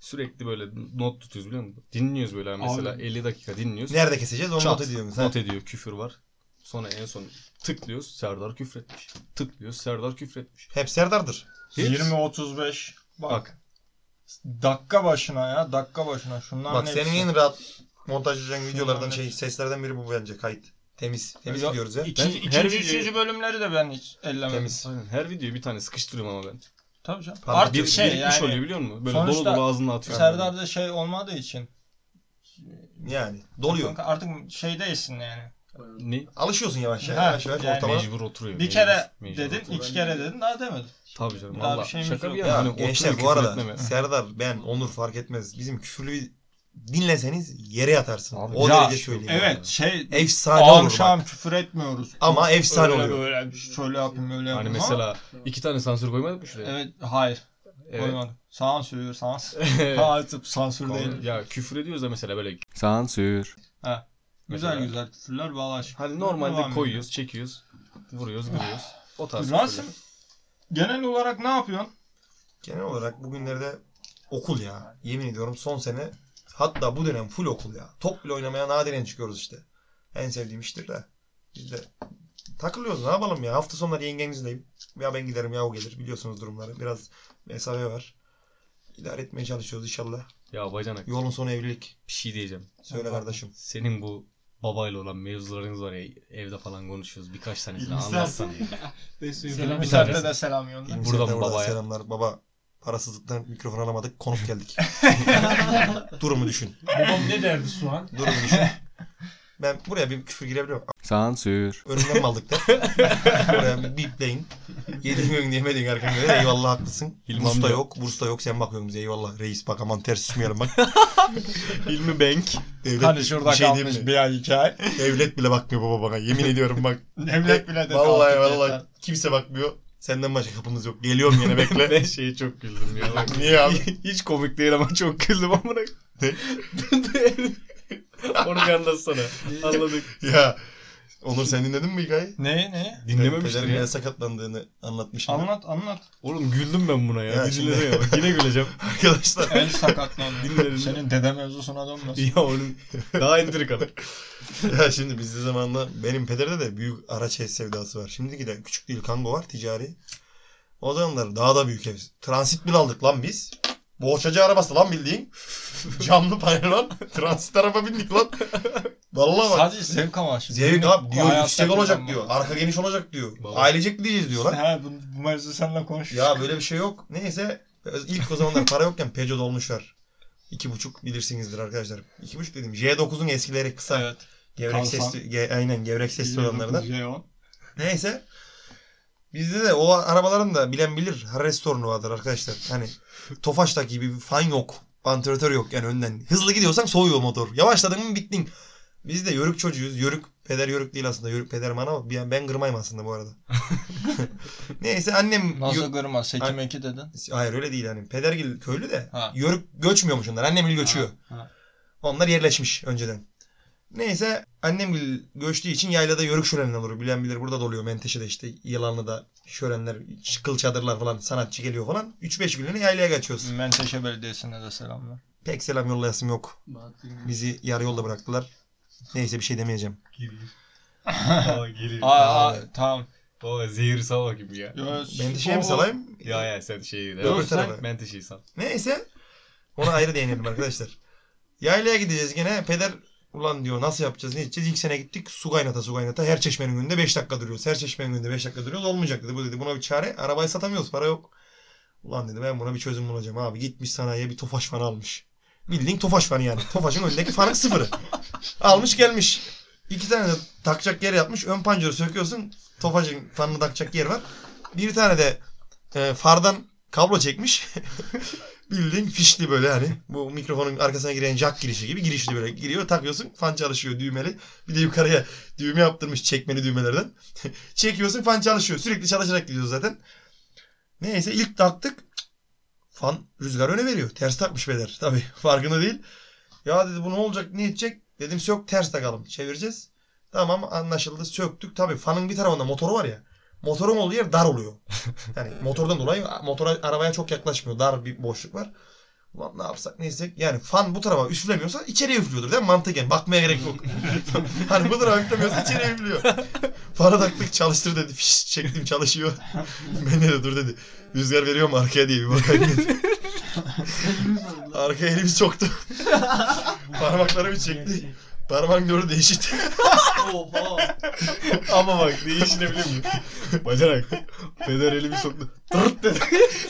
Sürekli böyle not tutuyoruz biliyor musun? Dinliyoruz böyle mesela 50 dakika dinliyoruz. nerede keseceğiz onu Çat, not ediyoruz. ha. not ediyor küfür var. Sonra en son tıklıyoruz Serdar küfretmiş. Tıklıyoruz Serdar küfretmiş. Hep Serdar'dır. Hiç. 20-35. Bak. Bak. Dakika başına ya. Dakika başına. Şunlar Bak senin en rahat montajlayacağın Şundan videolardan hepsi. şey seslerden biri bu bence kayıt. Temiz. Temiz Ya, gidiyoruz ya. Ben, İkinci, ikinci, her, video, üçüncü bölümleri de ben hiç ellemedim. Temiz. Aynen, her videoyu bir tane sıkıştırıyorum ama ben. Tabii canım. Tamam, Artık Bir, şey birikmiş yani. oluyor biliyor musun? Böyle dolu Sonuçta dolu ağzına atıyorum. Serdar'da şey olmadığı için. Yani doluyor. Kanka Artık şey değilsin yani. Ne? Alışıyorsun yavaş Ha, yavaş. Yavaş yani yavaş ortama. Mecbur oturuyor. Bir mecbur, kere mecbur dedin, oturuyor. iki kere dedin daha demedin. Tabii canım Daha bir valla. şeyimiz Şaka yok. bir yana. Ya hani gençler oturuyor, bu küfür arada etmeme. Serdar, ben, Onur fark etmez. Bizim küfürlüyü dinleseniz yere yatarsın. Abi, o ya, derece söyleyeyim. Evet yani. şey Efsane ağam olur bak. şam küfür etmiyoruz. Ama efsane öyle oluyor. Böyle, şöyle yapayım öyle yapayım Hani ama- mesela iki tane sansür koymadık mı şuraya? Evet hayır. Evet. Koymadı. Sansür, sansür. Evet. Ha artık sansür değil. ya küfür ediyoruz da mesela böyle sansür. Ha. Güzel Mesela. güzel küfürler valla aşkına. Hani normalde Devam koyuyoruz, çekiyoruz, vuruyoruz, vuruyoruz. O tarz. ediyor. Rasim küfürler. genel olarak ne yapıyorsun? Genel olarak bugünlerde okul ya. Yemin ediyorum son sene hatta bu dönem full okul ya. Top bile oynamaya nadiren çıkıyoruz işte. En sevdiğim iştir de. Biz de takılıyoruz ne yapalım ya. Hafta sonları yengenizdeyim. Ya ben giderim ya o gelir. Biliyorsunuz durumları. Biraz mesafe var. İdare etmeye çalışıyoruz inşallah. Ya bacanak Yolun sonu evlilik. bir şey diyeceğim. Söyle kardeşim. Senin bu babayla olan mevzularınız var ya evde falan konuşuyoruz. Birkaç tanesini İlmisen. anlatsana. ya. Selam Bir Sert'e tanesi. de selam yolla. İlmser'de Buradan buradan babaya. Selamlar baba. Parasızlıktan mikrofon alamadık. Konuk geldik. Durumu düşün. Babam ne derdi Suhan? Durumu düşün. Ben buraya bir küfür girebilir miyim? Sansür. Önümden mi aldık da? Oraya bir bipleyin. Yedirmiyorsun diyemedik arkamda. Eyvallah haklısın. İlman Bursta da- yok. Bursta yok. Sen bakıyorsun bize. Eyvallah. Reis bak aman ters düşmeyelim bak. Hilmi Bank. Devlet, Hani şurada bir şey diyeyim kalmış mi? bir ay iki ay. Devlet bile bakmıyor baba bana. Yemin ediyorum bak. Devlet bile de vallahi kalktı vallahi yeter. kimse bakmıyor. Senden başka kapımız yok. Geliyorum yine bekle. Ben şeye çok güldüm ya. Bak, Niye abi? Hiç komik değil ama çok güldüm amına. Ne? Onu bir anlatsana. Anladık. ya. Onur sen dinledin mi hikayeyi? Neyi neyi? Dinlememiştim Pederim ya. yine sakatlandığını anlatmışım. Anlat anlat. Oğlum güldüm ben buna ya. Ya Geceleri şimdi- ya. Bak, Yine güleceğim. Arkadaşlar. El sakatlandı. Dinlerim. Senin dede mevzusuna dönmesin. ya oğlum daha entrikalı. ya şimdi bizde zamanla benim pederde de büyük araç ev sevdası var. Şimdiki de küçük değil kango var ticari. O zamanlar daha da büyük ev. Transit bile aldık lan biz. Boğaçacı arabası lan bildiğin. Camlı panel lan. Transit araba bindik lan. Vallahi bak. Sadece zevk amaçlı. Zevk abi diyor Hayatta yüksek olacak kullanmak. diyor. Arka geniş olacak diyor. Baba. Ailecek gideceğiz diyor lan. Ha bu, bu mevzu seninle konuş. Ya böyle bir şey yok. Neyse ilk o zamanlar para yokken Peugeot dolmuşlar. İki buçuk bilirsinizdir arkadaşlar. İki buçuk dedim. J9'un eskileri kısa. Evet. Gevrek Kalsan. sesli, ge- aynen gevrek sesli olanlardan. J10. Neyse. Bizde de o arabaların da bilen bilir restoranu vardır arkadaşlar. Hani Tofaş'taki gibi bir fan yok. Antrenatör yok yani önden. Hızlı gidiyorsan soğuyor motor. Yavaşladın mı bittin. Biz de yörük çocuğuyuz. Yörük peder yörük değil aslında. Yörük peder bana ama ben, ben gırmayım aslında bu arada. Neyse annem Nasıl yö- kırma? Seçim Ay- 2 dedin. Hayır öyle değil yani. Pedergil köylü de Ha. yörük göçmüyormuş onlar. Annemgil göçüyor. Ha, ha. Onlar yerleşmiş önceden. Neyse annemgil göçtüğü için yaylada yörük şölenler olur. Bilen bilir burada da oluyor. Menteşe'de işte Yılanlı'da şölenler, kıl çadırlar falan sanatçı geliyor falan. 3-5 günlüğüne yaylaya kaçıyoruz. Menteşe Belediyesi'ne de selamlar. Pek selam yollayasım yok. Bizi yarı yolda bıraktılar. Neyse bir şey demeyeceğim. Aa gelir. Aa, aa tamam. Baba zehir sava gibi ya. Yo, Menteşe'ye mi o- salayım? Ya ya sen şeyi de. şey Öbür tarafa. Ben teşeyi sal. Neyse. Ona ayrı değinelim arkadaşlar. Yaylaya gideceğiz gene. Peder ulan diyor nasıl yapacağız ne edeceğiz. İlk sene gittik su kaynata su kaynata. Her çeşmenin önünde 5 dakika duruyoruz. Her çeşmenin önünde 5 dakika duruyoruz. Olmayacak dedi. Bu dedi buna bir çare. Arabayı satamıyoruz. Para yok. Ulan dedi ben buna bir çözüm bulacağım abi. Gitmiş sanayiye bir tofaş fanı almış. Bildiğin tofaş fanı yani. Tofaşın önündeki fanı sıfırı. Almış gelmiş. İki tane de takacak yer yapmış. Ön pancarı söküyorsun. Tofaşın fanını takacak yer var. Bir tane de e, fardan kablo çekmiş. Bildiğin fişli böyle hani. Bu mikrofonun arkasına giren jack girişi gibi girişli böyle giriyor takıyorsun fan çalışıyor düğmeli. Bir de yukarıya düğme yaptırmış çekmeli düğmelerden. Çekiyorsun fan çalışıyor. Sürekli çalışarak gidiyor zaten. Neyse ilk taktık. Fan rüzgar öne veriyor. Ters takmış beder. Tabii farkında değil. Ya dedi bu ne olacak ne edecek? Dedim sök ters takalım. Çevireceğiz. Tamam anlaşıldı söktük. Tabii fanın bir tarafında motoru var ya. Motorun olduğu yer dar oluyor. Yani motordan dolayı motora arabaya çok yaklaşmıyor. Dar bir boşluk var. Ulan ne yapsak ne etsek. Yani fan bu tarafa üflemiyorsa içeriye üflüyordur değil mi? Mantıken bakmaya gerek yok. hani bu tarafa üflemiyorsa içeriye üflüyor. Fara taktık çalıştır dedi. Fiş çektim çalışıyor. ben de dur dedi. Rüzgar veriyor mu arkaya diye bir bakayım dedi. arkaya elimi soktu. Parmaklarımı çekti. Parmağın gördü değişti. Ama bak ne işine biliyor musun? Bacanak. Peder elimi soktu. Tırt dedi.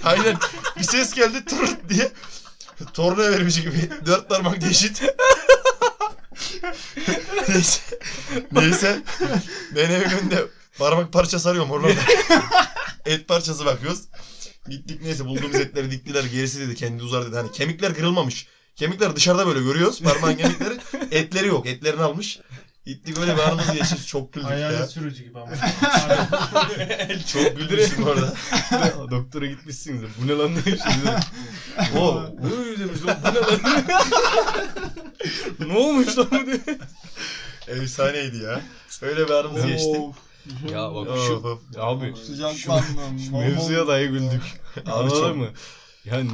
Aynen. Bir ses geldi tır diye. Torna vermiş gibi. Dört parmak değişit. Neyse. Neyse. Ben eve günde parmak parça sarıyorum orada. Et parçası bakıyoruz. Gittik neyse bulduğumuz etleri diktiler. Gerisi dedi kendi uzar dedi. Hani kemikler kırılmamış. Kemikler dışarıda böyle görüyoruz. Parmağın kemikleri. Etleri yok. Etlerini almış. İttik öyle bir anımız geçti. Çok güldük Hayalet ya. sürücü gibi ama. Çok güldük bu arada. Doktora gitmişsinizdir. Bu ne lan demişsiniz. O bu yüzümüz lan bu ne lan? ne olmuş lan bu diye. Efsaneydi ya. Öyle bir anımız geçti. Ya bak Of, şu of. abi Sıcak şu- bandım. şu mevzuya dahi güldük. Abi çok- Anladın mı? Yani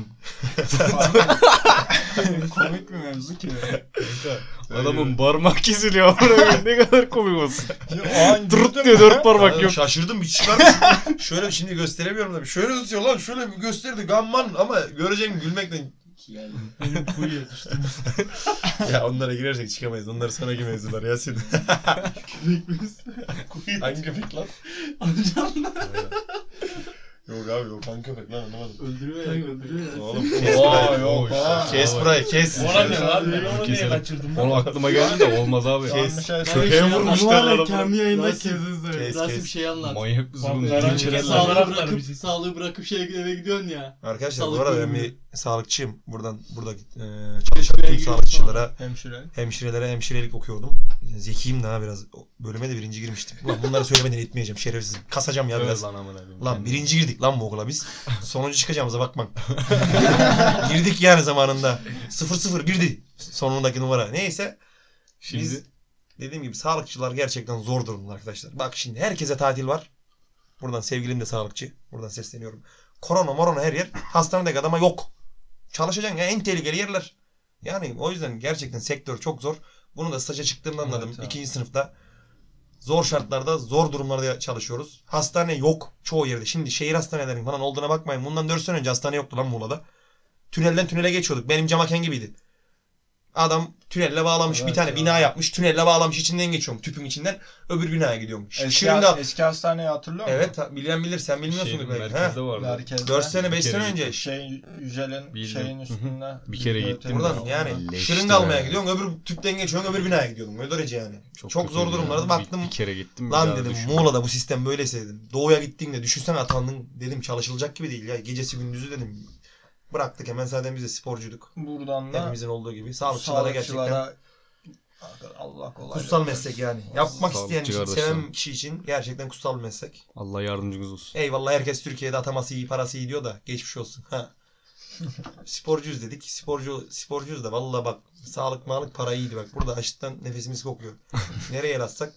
Komik bir mevzu ki. adamın parmak kesiliyor. Amına ne kadar komik olsun. O an Tırt diye dört parmak Abi yok. Şaşırdım bir çıkarmış. şöyle şimdi gösteremiyorum da. Şöyle tutuyor lan şöyle bir gösterdi gamman ama göreceğim gülmekten. Benim kuyuya düştüm. Ya onlara girersek çıkamayız. Onlar sonraki mevzular Yasin. Köpek miyiz? Kuyuya Hangi köpek lan? Yok abi yok hangi köpek lan anlamadım. Öldürüyor ya. Öldürüyor ya. Oğlum kes burayı. yok ha. Kes burayı kes. Ona ne lan? Ben Keselim. onu niye kaçırdım? Onu aklıma geldi de olmaz abi. Şu an bir şey Köpeğe vurmuşlar lan Valla adamı. kendi yayında Nasıl- kesin Kes, söyle. Nasıl kes. bir şey anlat. Manyak mısın oğlum? Vallahi ben Dinçerler. kesin- Sağlığı Anlatırlar bırakıp, bizi. sağlığı bırakıp şey eve gidiyorsun ya. Arkadaşlar Sağlık bu arada ben bölümü. bir sağlıkçıyım. Buradan buradaki e, çalışan tüm giriyoruz sağlıkçılara, Hemşire. hemşirelere hemşirelik okuyordum. Zekiyim daha biraz. O Bölüme de birinci girmiştim. Ulan bunları söylemeden etmeyeceğim. Şerefsizim. Kasacağım ya biraz. Evet lan amına koyayım. Lan birinci girdik lan bu okula biz. Sonuncu çıkacağımıza bakmam. girdik yani zamanında. 0-0 girdi. Sonundaki numara. Neyse. Şimdi Biz dediğim gibi sağlıkçılar gerçekten zor durumda arkadaşlar. Bak şimdi herkese tatil var. Buradan sevgilim de sağlıkçı. Buradan sesleniyorum. Korona morona her yer. Hastanedeki adama yok. Çalışacaksın ya en tehlikeli yerler. Yani o yüzden gerçekten sektör çok zor. Bunu da staja çıktığımda anladım. Evet abi. İkinci sınıfta. Zor şartlarda, zor durumlarda çalışıyoruz. Hastane yok çoğu yerde. Şimdi şehir hastanelerinin falan olduğuna bakmayın. Bundan 4 sene önce hastane yoktu lan Muğla'da. Tünelden tünele geçiyorduk. Benim camaken gibiydi. Adam tünelle bağlamış bir Evet tane ya. bina yapmış. Tünelle bağlamış içinden geçiyorum. Tüpün içinden öbür binaya gidiyorum. Ş- Eski, şey Şırınga. eski hastaneyi hatırlıyor musun? Evet ha- bilen bilir sen bilmiyorsundur şehrin belki. Ha? merkezde Şey, vardı. Merkezde. 4 sene 5 Bir kere sene önce Şey Yücel'in Bildim. şeyin Hı hı. üstünde. Bir kere gittim Buradan Bilmiyorum. yani Leşti şırınga almaya be. gidiyorsun öbür tüpten geçiyorsun öbür binaya gidiyorsun. Öyle derece yani. Çok, kötü zor ya. durumlarda Bir- baktım. Bir, kere gittim. bir Lan daha dedim düşünmedim. Muğla'da bu sistem böyleyse dedim. Doğuya gittiğimde düşünsen atandın dedim çalışılacak gibi değil ya. Gecesi gündüzü dedim. Bıraktık hemen zaten biz de sporcuyduk. Buradan da Hepimizin olduğu gibi. Sağlıkçılara gerçekten sağlıkçılara- Allah kolay. kutsal versin. meslek yani. Yapmak Sağlıkçı isteyen için, kardeşlerim. seven kişi için gerçekten kutsal bir meslek. Allah yardımcınız olsun. Eyvallah herkes Türkiye'de ataması iyi, parası iyi diyor da geçmiş olsun. Ha. Sporcuyuz dedik. Sporcu sporcuyuz da vallahi bak sağlık malık para iyiydi bak. Burada açlıktan nefesimiz kokuyor. Nereye el atsak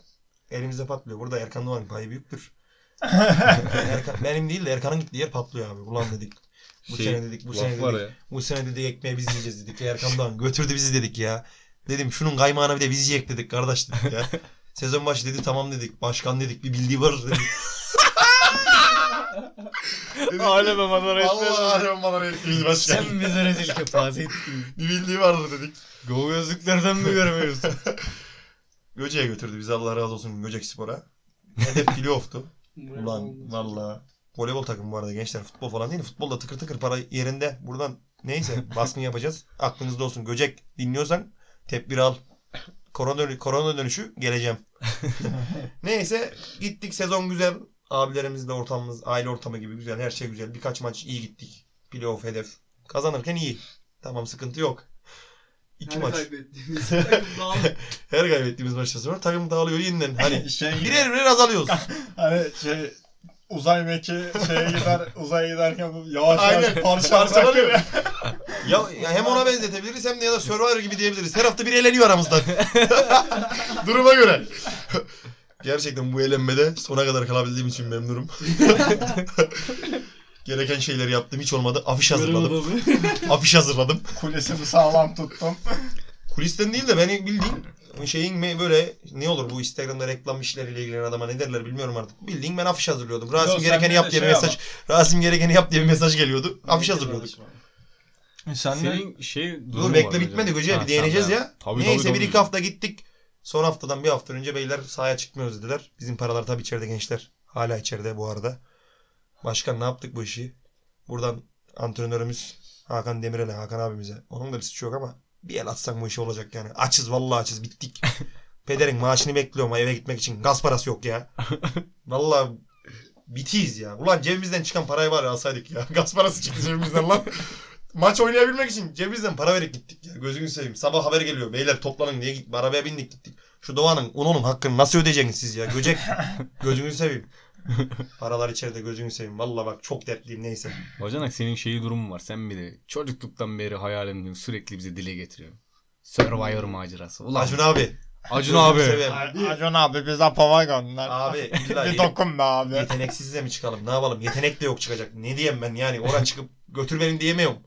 elimizde patlıyor. Burada Erkan Doğan payı büyüktür. Erkan, benim değil de Erkan'ın gittiği yer patlıyor abi. Ulan dedik. Bu Şey, sene dedik, bu laf sene dedik. var ya. Bu sene dedi ekmeği biz yiyeceğiz dedik. Erkan Doğan götürdü bizi dedik ya. Dedim şunun kaymağına bir de biz yiyek dedik kardeş dedik ya. Sezon başı dedi tamam dedik. Başkan dedik bir bildiği var dedik. Aleme mazara Vallahi Erman bana ettiğimiz başkan. Sen bize rezil kefaze ettin. Bir bildiği vardır dedik. Go gözlüklerden mi göremiyorsun? Göce'ye götürdü bizi Allah razı olsun Göcek Spor'a. Hedef playoff'tu. Ulan valla. Voleybol takımı bu arada gençler futbol falan değil. Futbolda tıkır tıkır para yerinde. Buradan neyse baskın yapacağız. Aklınızda olsun Göcek dinliyorsan tedbir al. Korona, dönü- korona dönüşü geleceğim. neyse gittik sezon güzel. Abilerimizle ortamımız aile ortamı gibi güzel. Her şey güzel. Birkaç maç iyi gittik. Playoff hedef. Kazanırken iyi. Tamam sıkıntı yok. İki Her maç. kaybettiğimiz takımdan Her kaybettiğimiz maçtan sonra takım dağılıyor yeniden. Hani şey gibi. birer birer azalıyoruz. Hani şey uzay meki şeye gider uzaya giderken bu yavaş Aynen. yavaş parçalanıyor. ya, ya hem ona benzetebiliriz hem de ya da Survivor gibi diyebiliriz. Her hafta biri eleniyor aramızdan. Duruma göre. Gerçekten bu eğlenmede sona kadar kalabildiğim için memnunum. Gereken şeyleri yaptım hiç olmadı. Afiş hazırladım. adamı. Afiş hazırladım. Kulesini sağlam tuttum. Kulisten değil de beni bildiğin şeyin mi böyle ne olur bu Instagram'da reklam işleriyle ilgilenen adama ne derler bilmiyorum artık. Bildiğin ben afiş hazırlıyordum. Rasim Yo, sen gerekeni bir yap de diye bir şey mesaj. Rasim gerekeni yap diye bir mesaj geliyordu. Afiş hazırlıyorduk. E, Sen de Senin şey Dur bekle bitmedi Göce bir değineceğiz ya. Neyse bir iki hafta gittik. Son haftadan bir hafta önce beyler sahaya çıkmıyoruz dediler. Bizim paralar tabii içeride gençler. Hala içeride bu arada. Başkan ne yaptık bu işi? Buradan antrenörümüz Hakan Demirel'e, Hakan abimize. Onun da bir suçu yok ama bir el atsak bu işi olacak yani. Açız vallahi açız bittik. Pederin maaşını bekliyorum ha, eve gitmek için. Gaz parası yok ya. Vallahi bitiyiz ya. Ulan cebimizden çıkan parayı var ya alsaydık ya. Gaz parası çıktı cebimizden lan. Maç oynayabilmek için cebimizden para verip gittik ya. Gözünü seveyim. Sabah haber geliyor. Beyler toplanın diye gittik. Arabaya bindik gittik. Şu Doğan'ın, Uno'nun hakkını nasıl ödeyeceksiniz siz ya? Göcek. Gözünü seveyim. Paralar içeride gözünü seveyim. Valla bak çok dertliyim neyse. Bacanak senin şeyi durumun var. Sen bir de çocukluktan beri hayalini sürekli bize dile getiriyorsun. Survivor macerası. Ulan Acun abi. Acun gözünü abi. seveyim. Acun abi bize pava gönder. Abi illa bir yet- dokun be abi. yeteneksizle mi çıkalım? Ne yapalım? Yetenek de yok çıkacak. Ne diyeyim ben yani? Oraya çıkıp götür beni diyemiyorum.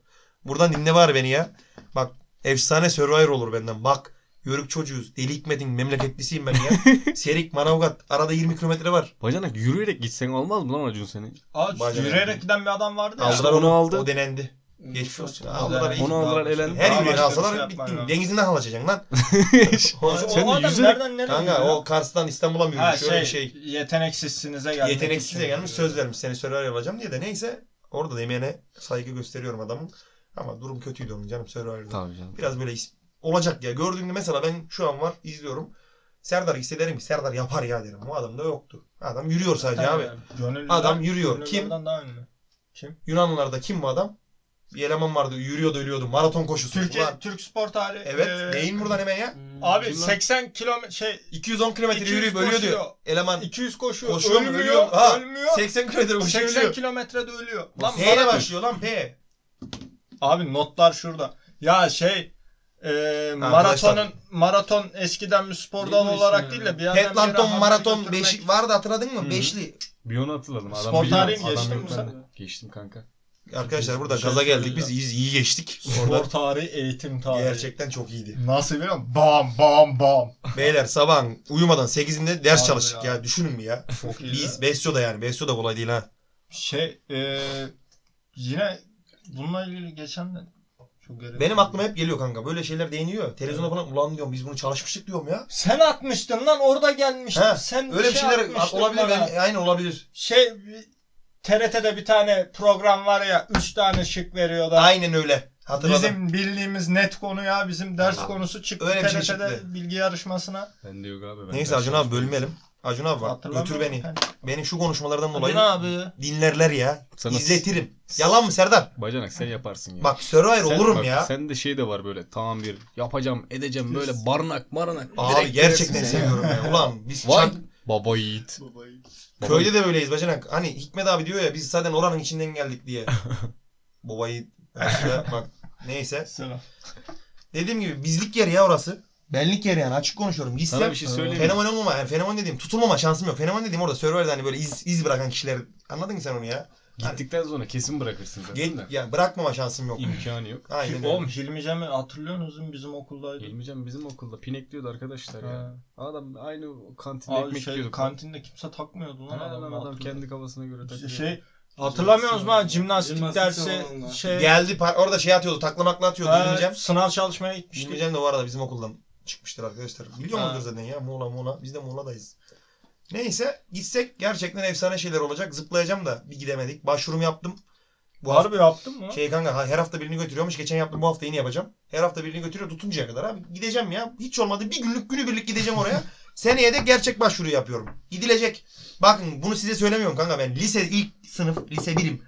Buradan dinle var beni ya. Bak efsane Survivor olur benden. Bak Yörük çocuğuyuz. Deli Hikmet'in memleketlisiyim ben ya. Serik, Manavgat. Arada 20 kilometre var. Bacanak yürüyerek gitsen olmaz mı lan Acun seni? Aa, Bacanak. yürüyerek giden bir adam vardı ya. Al. İşte Aldılar onu onu aldı. aldı. O denendi. Geçmiş olsun. Aldılar. Onu iyi. aldılar, elendi. Her Daha gün başka bir alsalar şey yapman bittin. lazım. Dengizinden halacaksın lan. O, Sen- Sen o adam yüzerek- nereden nereye Kanka gidiyor? o Kars'tan İstanbul'a mı Ha yürümüş? Öyle şey, bir şey. yeteneksizsinize gelmek Yeteneksiz de için. gelmiş söz vermiş seni Survivor alacağım diye de neyse. Orada da emeğine saygı gösteriyorum adamın. Ama durum kötüydü onun canım Survivor'da. Tabii canım. Biraz böyle is- olacak ya. Gördüğümde mesela ben şu an var izliyorum. Serdar hissederim ki Serdar yapar ya derim. O adam da yoktu. Adam yürüyor sadece abi. Gönüllüler- Adam yürüyor. Kim? gönüllülerden daha ünlü. Yunanlılarda kim bu adam? Bir eleman vardı. Yürüyordu ölüyordu. Maraton koşusu. Türkiye Ulan, Türk spor tarihi. Evet. e, Neyin buradan hemen ya? Abi Kim lan? 80 kilometre şey 210 kilometre 200 yürüyüp ölüyor koşuyor. diyor. Eleman 200 koşuyor, Koşuyor mu? ölmüyor, Ölüyor. Ha, ölmüyor. 80 kilometre koşuyor 80 ölüyor. kilometrede ölüyor. Lan P ile bana- başlıyor lan P. Abi notlar şurada. Ya şey e, maratonun maraton eskiden bir spor Ne dalı bu olarak ismi değil ya? de bir yerden bir yere Headlant'on haber maraton götürmek. beşi vardı hatırladın Hı mı? hı. Beşli. Bir onu hatırladım. Adam Spor biliyor. tarihini Adam geçtin mi bilmez. sen? Geçtim kanka. Arkadaşlar burada Şey gaza geldik. söyleyeceğim. Biz iyi, iyi geçtik. Spor tarihi, eğitim tarihi. Gerçekten çok iyiydi. Nasıl biliyor musun? Bam bam bam. Beyler sabah uyumadan 8'inde ders Harbi çalıştık ya. ya. Düşünün mü ya? Çok iyi. Biz Besyo da yani. Besyo da kolay değil ha. Şey e, yine bununla ilgili geçen de çok garip. Benim aklıma hep geliyor kanka. Böyle şeyler değiniyor. Televizyona falan ulan diyorum biz bunu çalışmıştık diyorum ya. sen atmıştın lan orada gelmiştin. He, sen Öyle bir şey şeyler atmıştın olabilir. bana. Ben, aynen olabilir. Şey TRT'de bir tane program var ya 3 tane şık veriyor da. Aynen öyle. Hatırladım. Bizim bildiğimiz net konu ya bizim ders Tamam. konusu çıktı Öyle bir şey TRT'de çıktı. bilgi yarışmasına. Ben de yok abi. Ben Neyse ders Acun abi çalışmıyorum. bölmeyelim. Acun abi var. Hatırlamıyorum Götür beni. ben. Benim şu konuşmalardan Acun dolayı abi. dinlerler ya. Sana- İzletirim. Yalan mı Serdar? Bacanak sen yaparsın ya. Bak Survivor Sen- olurum bak, ya. Sende şey de var böyle tamam bir yapacağım edeceğim böyle barınak barınak. Abi direkt gerçekten girersin sen. seviyorum ya. Ulan biz Vay çak- baba yiğit. Babayı. Baba Köyde de öyleyiz bacanak. Hani Hikmet abi diyor ya biz zaten oranın içinden geldik diye. Babayı aslında bak neyse. Selam. Dediğim gibi bizlik yer ya orası. Benlik yer yani açık konuşuyorum. Sana Gitsem bir şey söyleyeyim mi? fenomen olmama yani fenomen dediğim tutulmama şansım yok. Fenomen dediğim orada serverde hani böyle iz, iz bırakan kişiler. Anladın mı sen onu ya? Gittikten sonra kesin bırakırsın zaten de. Gel, yani bırakmama şansım yok. İmkanı yok. Aynen öyle. Oğlum Hilmi Cem'i hatırlıyor musun bizim okuldaydı. Hilmican bizim okulda pinekliyordu arkadaşlar ya. Ha. Adam aynı kantinde Abi ekmek şey yiyordu. kantinde kimse takmıyordu lan Ha, adam, adamı. adam hatırlıyor. kendi kafasına göre takıyor. şey hatırlamıyorsunuz mu? Jimnastik Jimnastik dersi salonunda. şey Geldi par- orada şey atıyordu taklamakla atıyordu. Ha, Bilmeyeceğim. sınav çalışmaya gitmiştik. Bilmeyeceğim de bu arada bizim okuldan çıkmıştır arkadaşlar. Biliyor Ha. musunuz zaten ya Muğla Muğla. Biz de Muğla'dayız. Neyse gitsek gerçekten efsane şeyler olacak. Zıplayacağım da bir gidemedik. Başvurumu yaptım. Bu Harbi hafta yaptın mı? şey kanka ha- her hafta birini götürüyormuş. Geçen yaptım bu hafta yine yapacağım. Her hafta birini götürüyor tutuncaya kadar abi. Gideceğim ya. Hiç olmadı bir günlük günü birlik gideceğim oraya. Seneye de gerçek başvuru yapıyorum. Gidilecek. Bakın bunu size söylemiyorum kanka ben. Lise ilk sınıf lise birim.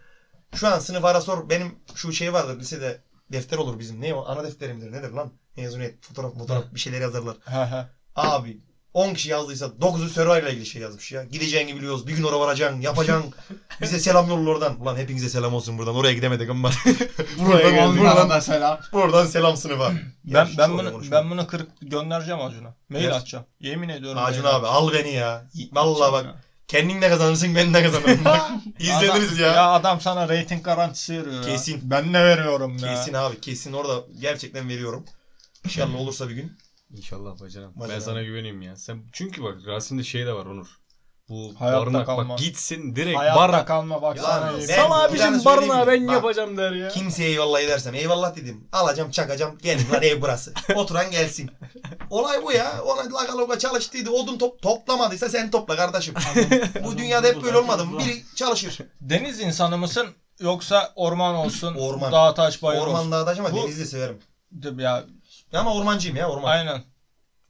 Şu an sınıf ara sor benim şu şey vardır lisede defter olur bizim. Ne o? Ana defterimdir nedir lan? Mezuniyet fotoğraf fotoğraf bir şeyler yazarlar. He he. Abi 10 kişi yazdıysa 9'u Survivor ile ilgili şey yazmış ya. Gideceğini biliyoruz. Bir gün oraya varacaksın. Yapacaksın. Bize selam yollu oradan. Ulan hepinize selam olsun buradan. Oraya gidemedik ama. Buraya Buradan- geldi buradan- bana selam. Buradan selam sınıfa. Ben Ya, ben çok bunu konuşma. ben bunu kırıp göndereceğim Acun'a. Mail Yes. atacağım. Yemin ediyorum. Acun mail abi al beni ya. atacağım Vallahi bak ya. kendin de kazanırsın ben de kazanırım. Bak izlediniz Adam- ya. adam sana rating garantisi veriyor ya. Kesin. Ben ne veriyorum ya. Kesin abi kesin orada gerçekten veriyorum. İnşallah olursa bir gün. İnşallah bacanam. Ben Bacanam. sana güveneyim ya. Sen çünkü bak Rasim'de şey de var Onur. Bu Hayatta barınak kalma. bak gitsin direkt Hayatta barınak. kalma bak Ya sana. ben- iyi. Sal abi. Bir tane söyleyeyim mi? Bak. yapacağım der ya. Kimseye eyvallah edersem eyvallah dedim. Alacağım çakacağım gelin lan ev burası. Oturan gelsin. Olay bu ya. Ona lagaloga çalıştıydı. Odun top, toplamadıysa sen topla kardeşim. bu dünyada hep böyle olmadı mı? Biri çalışır. Deniz insanı mısın yoksa orman olsun, Orman. dağ taş bayır Orman olsun. dağdaş ama Bu- denizi de severim. De- Ya, Ama ormancıyım ya orman. aynen.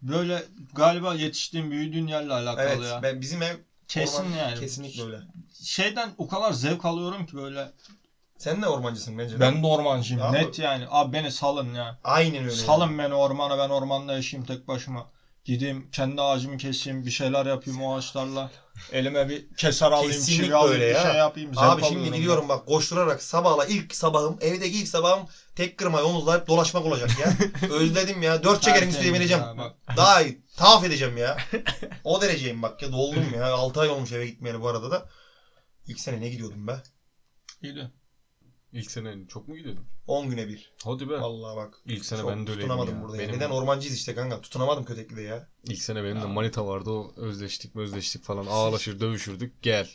Böyle galiba yetiştiğin büyüdüğün yerle alakalı Evet ya. ben, bizim ev Kesin orman- yani. Kesinlikle öyle. Şeyden o kadar zevk alıyorum ki böyle Sen de ormancısın bence. Ben de ormancıyım. Abi- Net yani. Abi beni salın ya. Aynen öyle. Salın beni ormana ben ormanda yaşayayım tek başıma. Gideyim kendi ağacımı keseyim bir şeyler yapayım o ağaçlarla. Elime bir keser alayım Kesinlikle çivi alayım öyle bir ya. şey yapayım. zevk Abi alıyorum şimdi ben. gidiyorum bak koşturarak sabahla ilk sabahım evdeki ilk sabahım tek kırmayı omuzlayıp dolaşmak olacak ya. Özledim ya. Dört çekerim Tertemiz üstüne bineceğim. ya, bak. Daha iyi. Tavaf edeceğim ya. O dereceyim bak ya doldum ya. 6 ay olmuş eve gitmeyeli bu arada da. İlk sene ne gidiyordum be? Gidiyor. İlk sene çok mu gidiyordun? 10 güne bir. Hadi be. Vallahi bak. İlk sene Çok ben de öyleydim tutunamadım ya. burada ya. Benim- Neden ormancıyız işte kanka. Tutunamadım kötekli de ya. İlk sene benim de manita vardı o özleştik özleştik falan ağlaşır dövüşürdük gel.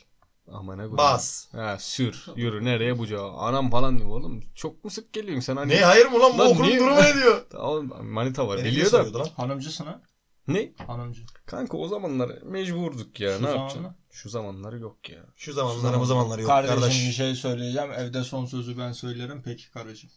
Aman ne Bas. Ha sür yürü nereye bucağa anam falan diyor oğlum çok mu sık geliyorsun sen hani. Ne hayır mı lan bu Lan okulun niye- durumu ne diyor? Oğlum, manita var Beni niye biliyor da. soruyordu lan? Hanımcısın ha? Ne? Hanımcı. Kanka o zamanlar mecburduk ya Şu ne zamanlar- yapacaksın? Şu zamanları yok ya. Şu zamanlara bu zamanlar yok Kardeşim bir kardeş. şey söyleyeceğim. Evde son sözü ben söylerim. Peki karıcığım.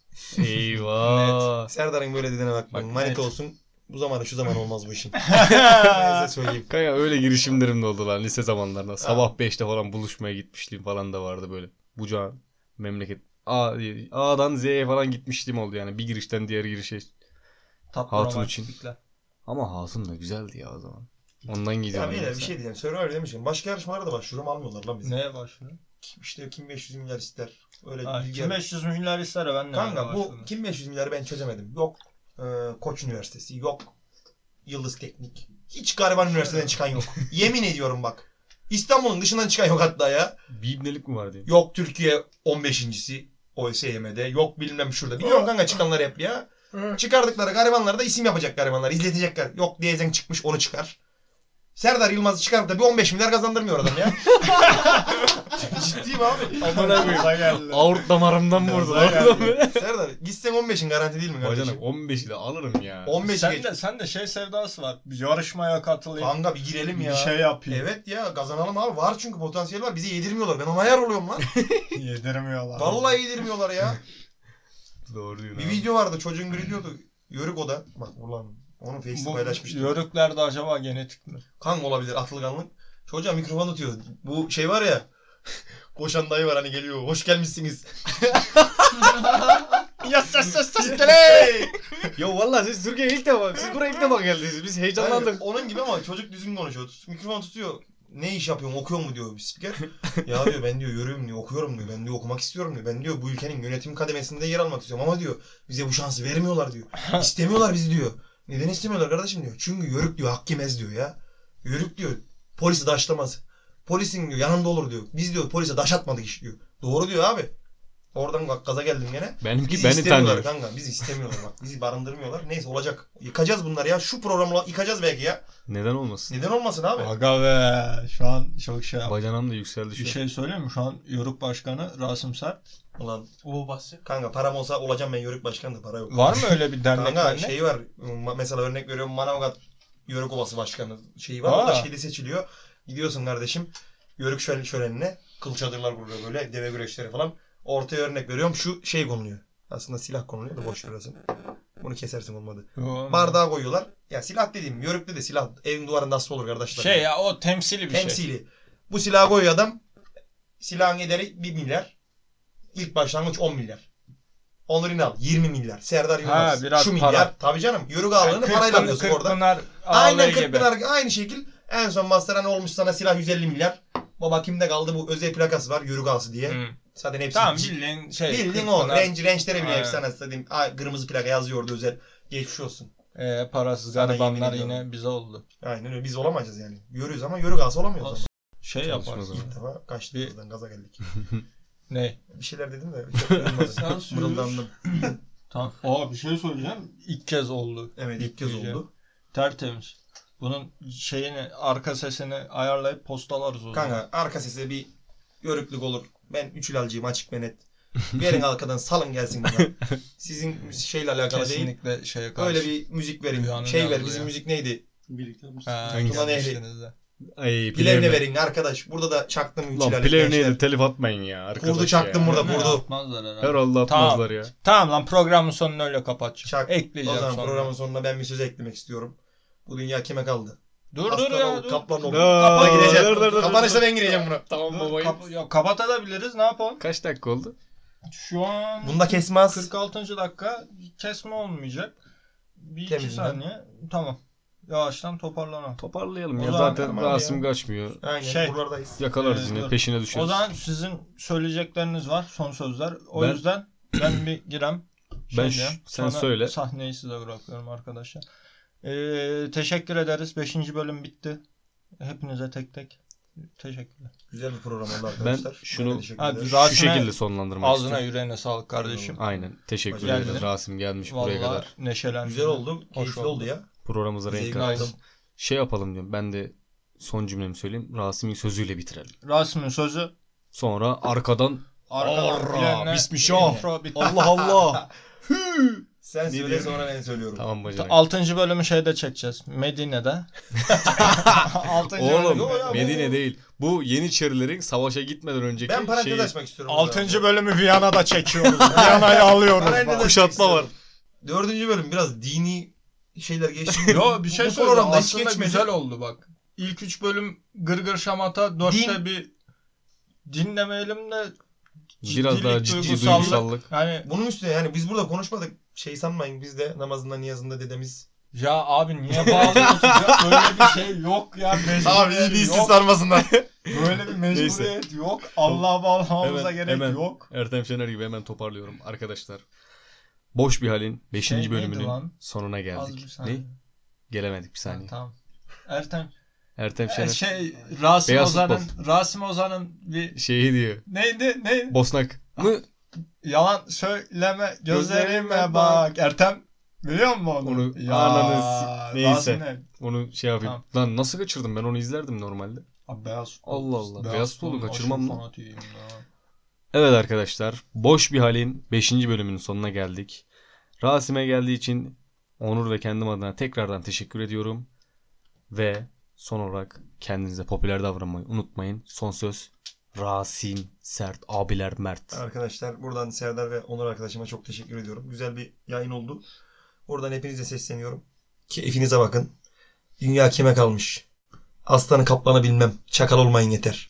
Eyvah. Serdar'ın böyle dediğine bak. Bak, Manita net. olsun. Bu zamanı şu zaman olmaz bu işin. ben size söyleyeyim. Kaya öyle girişimlerim de oldu lan lise zamanlarında. Sabah 5'te falan buluşmaya gitmişliğim falan da vardı böyle. Bucağa memleket A, A'dan Z'ye falan gitmişliğim oldu yani. Bir girişten diğer girişe. Tatlı Hatun romantiklikler. Ama Hatun da güzeldi ya o zaman. Ondan gideceğim. Ya beyler bir şey diyeceğim. Survivor demişken başka yarışmalara da başvurum almıyorlar lan bizi. Neye başlıyor? Kim, işte kim 500 milyar ister. Öyle Ha, bilgi- Kim 500 milyar ister ben de. Kanka bu başladım. kim 500 milyarı ben çözemedim. Yok e, Koç Üniversitesi, yok Yıldız Teknik. Hiç gariban üniversiteden çıkan yok. Yemin ediyorum bak. İstanbul'un dışından çıkan yok hatta ya. Bir ibnelik mi vardı? Yok Türkiye 15.si OSYM'de. Yok bilmem şurada. Biliyorum kanka çıkanlar hep ya. Çıkardıkları garibanlara da isim yapacak garibanlar. izletecek gar- Yok Diyezen çıkmış onu çıkar. Serdar Yılmaz'ı çıkarıp da bir 15 milyar kazandırmıyor adam ya. Ciddiyim abi. Avurt damarımdan vurdu. lan. Serdar gitsen 15'in garanti değil mi Bacanak kardeşim? 15 ile alırım ya. 15 sen geç. de sen de şey sevdası var. Bir yarışmaya katılayım. Kanka bir girelim ya. Bir şey yapayım. Evet ya kazanalım abi. Var çünkü potansiyel var. Bizi yedirmiyorlar. Ben ona ayar oluyorum lan. Yedirmiyorlar. Vallahi yedirmiyorlar ya. Doğru diyorsun. bir abi. video vardı. Çocuğun biri diyordu. Yörük o da. Bak ulan. Onun Facebook'u Bu paylaşmıştı. Yörüklerde acaba genetik mi? Kanka olabilir. Atılganlık. Çocuğa mikrofon tutuyor. Bu şey var ya. Koşan dayı var hani geliyor. Hoş gelmişsiniz. Yas yas yas yas Yo valla siz Türkiye'ye ilk defa, siz buraya ilk defa geldiniz. Biz Hayır, heyecanlandık. onun gibi ama çocuk düzgün konuşuyor. Tut- Mikrofon tutuyor. Ne iş yapıyorsun? Okuyor mu diyor bir spiker. ya diyor ben diyor yürüyorum diyor. Okuyorum diyor. Ben diyor okumak istiyorum diyor. Ben diyor bu ülkenin yönetim kademesinde yer almak istiyorum ama diyor bize bu şansı vermiyorlar diyor. İstemiyorlar bizi diyor. Neden istemiyorlar kardeşim diyor. Çünkü yörük diyor hak yemez diyor ya. Yörük diyor polisi daşlamaz. Polisin diyor yanında olur diyor. Biz diyor polise daş atmadık iş diyor. Doğru diyor abi. Oradan bak gaza geldim gene. Benimki Bizi beni istemiyorlar tanıyor. kanka. Bizi istemiyorlar bak. Bizi barındırmıyorlar. Neyse olacak. Yıkacağız bunları ya. Şu programla yıkacağız belki ya. Neden olmasın? Neden olmasın abi? Aga be şu an çok şey yaptım. Bacanam da yükseldi şu Bir an. şey söyleyeyim mi? Şu an Yörük Başkanı Rasim Sert. Ulan O basacak. kanka param olsa olacağım ben yörük başkanı da para yok. Var mı öyle bir dernek Kanka dernek? şey var. ma- Mesela örnek veriyorum Manavgat Yörük Obası Başkanı şeyi var. O da Aa. şeyde seçiliyor. Gidiyorsun kardeşim Yörük şölen, şölenine kıl çadırlar kuruluyor böyle deve güreşleri falan. Ortaya örnek veriyorum şu şey konuluyor. Aslında silah konuluyor da boş verasın. Bunu kesersin olmadı. Yo, Bardağa koyuyorlar. Ya silah dediğim yörükte de silah evin duvarında asılı olur kardeşler. Şey ya o temsili bir şey. temsili. Bu silahı koyuyor adam. Silahın gideri 1 milyar. İlk başlangıç 10 milyar. Onların al 20 milyar. Serdar Yılmaz. biraz Şu para. milyar. Tabii canım. Yörük ağlarını Kırk- parayla alıyorsun Kırk orada. Pınar Aynen ağabeyi gibi. 40 aynı şekil. En son Masteran olmuş sana silah 150 milyar. Baba kimde kaldı bu özel plakası var yörük ağası diye. Hı. Zaten hepsi Hmm. Tamam bildiğin şey. Bildin Kırk o. Pınar, Range, range'lere bile Aynen. hepsi anasını satayım. Ay, Kırmızı plaka yazıyordu özel. Geçmiş olsun. e, parasız Sana garibanlar yemin ediyorum. yine bize oldu. Aynen öyle. Biz olamayacağız yani. Yörüyoruz ama yörük ağası olamıyoruz ama. Olsun. Şey Çalışma yaparız. zamanı. İlk defa kaçtık Bir- buradan gaza geldik. Ne? Bir şeyler dedim de çok duyulmadı. Mırıldandım. Tamam. Aa bir şey söyleyeceğim. İlk kez oldu. Evet ilk kez Güzel. oldu. Tertemiz. Bunun şeyini arka sesini ayarlayıp postalarız o zaman. Kanka arka sese bir yörüklük olur. Ben üç ilalcıyım açık ve net. Verin halkadan salın gelsin bana. Sizin şeyle alakalı değil. Kesinlikle şeye karşı. Öyle bir müzik verin. Dünyanın şey ver yazdığı bizim ya. müzik neydi? Birlikte mi? Ha, Hangisi? Tuna Nehri. Nehri'nde. Ay Plevne Plevne. verin arkadaş. Burada da çaktım üç Lan ilalcı Plevne'ye de gençler. telif atmayın ya. Arkadaş Kurdu çaktım ya. burada Değil mi? burada. Yapmazlar herhalde. Herhalde atmazlar ya. Tamam lan programın sonunu öyle kapatacağım. Çak. Ekleyeceğim o zaman sonra. programın sonuna ben bir söz eklemek istiyorum. Bu dünya kime kaldı? Dur Aslan dur ya ol, dur. kaplan ol. Aa, Kapana dur, dur, dur, gireceğim. dur, Kapanışta dur. ben gireceğim buna. Tamam Dur, kap- ya, kapatabiliriz ne yapalım? Kaç dakika oldu? Şu an Bunda kesmez. 46. dakika kesme olmayacak. Bir iki Temizle. saniye. Tamam. Yavaştan toparlanalım. Toparlayalım O ya. zaman Zaten tamam ya. Rasim kaçmıyor. Aynen Şey. buralardayız. Yakalarız Evet, yine. doğru. Peşine düşeriz. O zaman sizin söyleyecekleriniz var. Son sözler. O Ben- yüzden ben bir girem. Ben söyleyeyim. ş- sen Sonra söyle. Sahneyi size bırakıyorum arkadaşlar. Ee, teşekkür ederiz. Beşinci bölüm bitti. Hepinize tek tek. Teşekkürler. Güzel bir program oldu ben arkadaşlar. şunu- Teşekkür Abi, ederim. rahat- Rasim'e Şu şekilde sonlandırmak Ağzına istiyorum. yüreğine sağlık kardeşim. Aynen. Teşekkür Geldi. ederiz. Rasim gelmiş buraya Vallahi kadar. neşelendim. Güzel oldu. Keyifli oldu. oldu ya. Programımıza renk Zevkli kattın. aldım. Şey yapalım diyorum. Ben de son cümlemi söyleyeyim. Rasim'in sözüyle bitirelim. Rasim'in sözü Sonra arkadan arkadan Arra, bilenle- bismişah. intro bitti. Allah Allah. Sen söyle diyor? sonra ben söylüyorum. tamam Ta- bacanak. Altıncı bölümü şeyde çekeceğiz. Medine'de. Altıncı Oğlum Yo ya bu- Medine değil. Bu Yeniçerilerin savaşa gitmeden önceki Ben parantez şeyi açmak istiyorum. Altıncı bölümü Viyana'da çekiyoruz. Viyana'yı alıyoruz. Parantez açmak Kuşatma istiyorum. var. Dördüncü bölüm biraz dini şeyler geçti. Yo bir şey Bu söyleyeyim. programda hiç Aslında geçmedi. güzel oldu bak. İlk üç bölüm gırgır şamata, dörtte Din- bir dinlemeyelim de biraz daha ciddi ciddilik, duygusallık. Yani Bunun üstüne yani biz burada konuşmadık. Şey sanmayın biz de namazında niyazında dedemiz. ya abi niye bağlıyorsun ya? Böyle bir şey yok ya. Mecburiyet yok. sarmasınlar. Böyle bir mecburiyet yok. Allah'a bağlamamıza Hemen- gerek hemen. yok. Ertem Şener gibi hemen toparlıyorum arkadaşlar. Boş bir halin 5. Şey neydi bölümünün lan? sonuna Az bir geldik. saniye. Ne? Gelemedik bir saniye. Tamam. Ertem Ertem e, Şener şey Rasim Beyaz Ozan'ın Rasim Ozan'ın bir şeyi diyor. neydi neydi? Bosnak mı? Yalan söyleme Gözlerime gözlerime bak. Ertem biliyor musun onu? Onu Ya, ananız- neyse. Rasim ne? Onu şey yapayım. Tamam. Lan nasıl kaçırdım ben onu izlerdim normalde. Abi beyaz futbol. Allah Allah. Beyaz futbolu futbolun kaçırmam aşırı lan. fanatiyim ya. Evet arkadaşlar. Boş bir halin 5. bölümünün sonuna geldik. Rasim'e geldiği için Onur ve kendim adına tekrardan teşekkür ediyorum. Ve son olarak kendinize popüler davranmayı unutmayın. Son söz Rasim Sert abiler Mert. Arkadaşlar buradan Serdar ve Onur arkadaşıma çok teşekkür ediyorum. Güzel bir yayın oldu. Buradan hepinize sesleniyorum. Keyfinize bakın. Dünya kime kalmış? Aslanı kaplanı bilmem. Çakal olmayın yeter.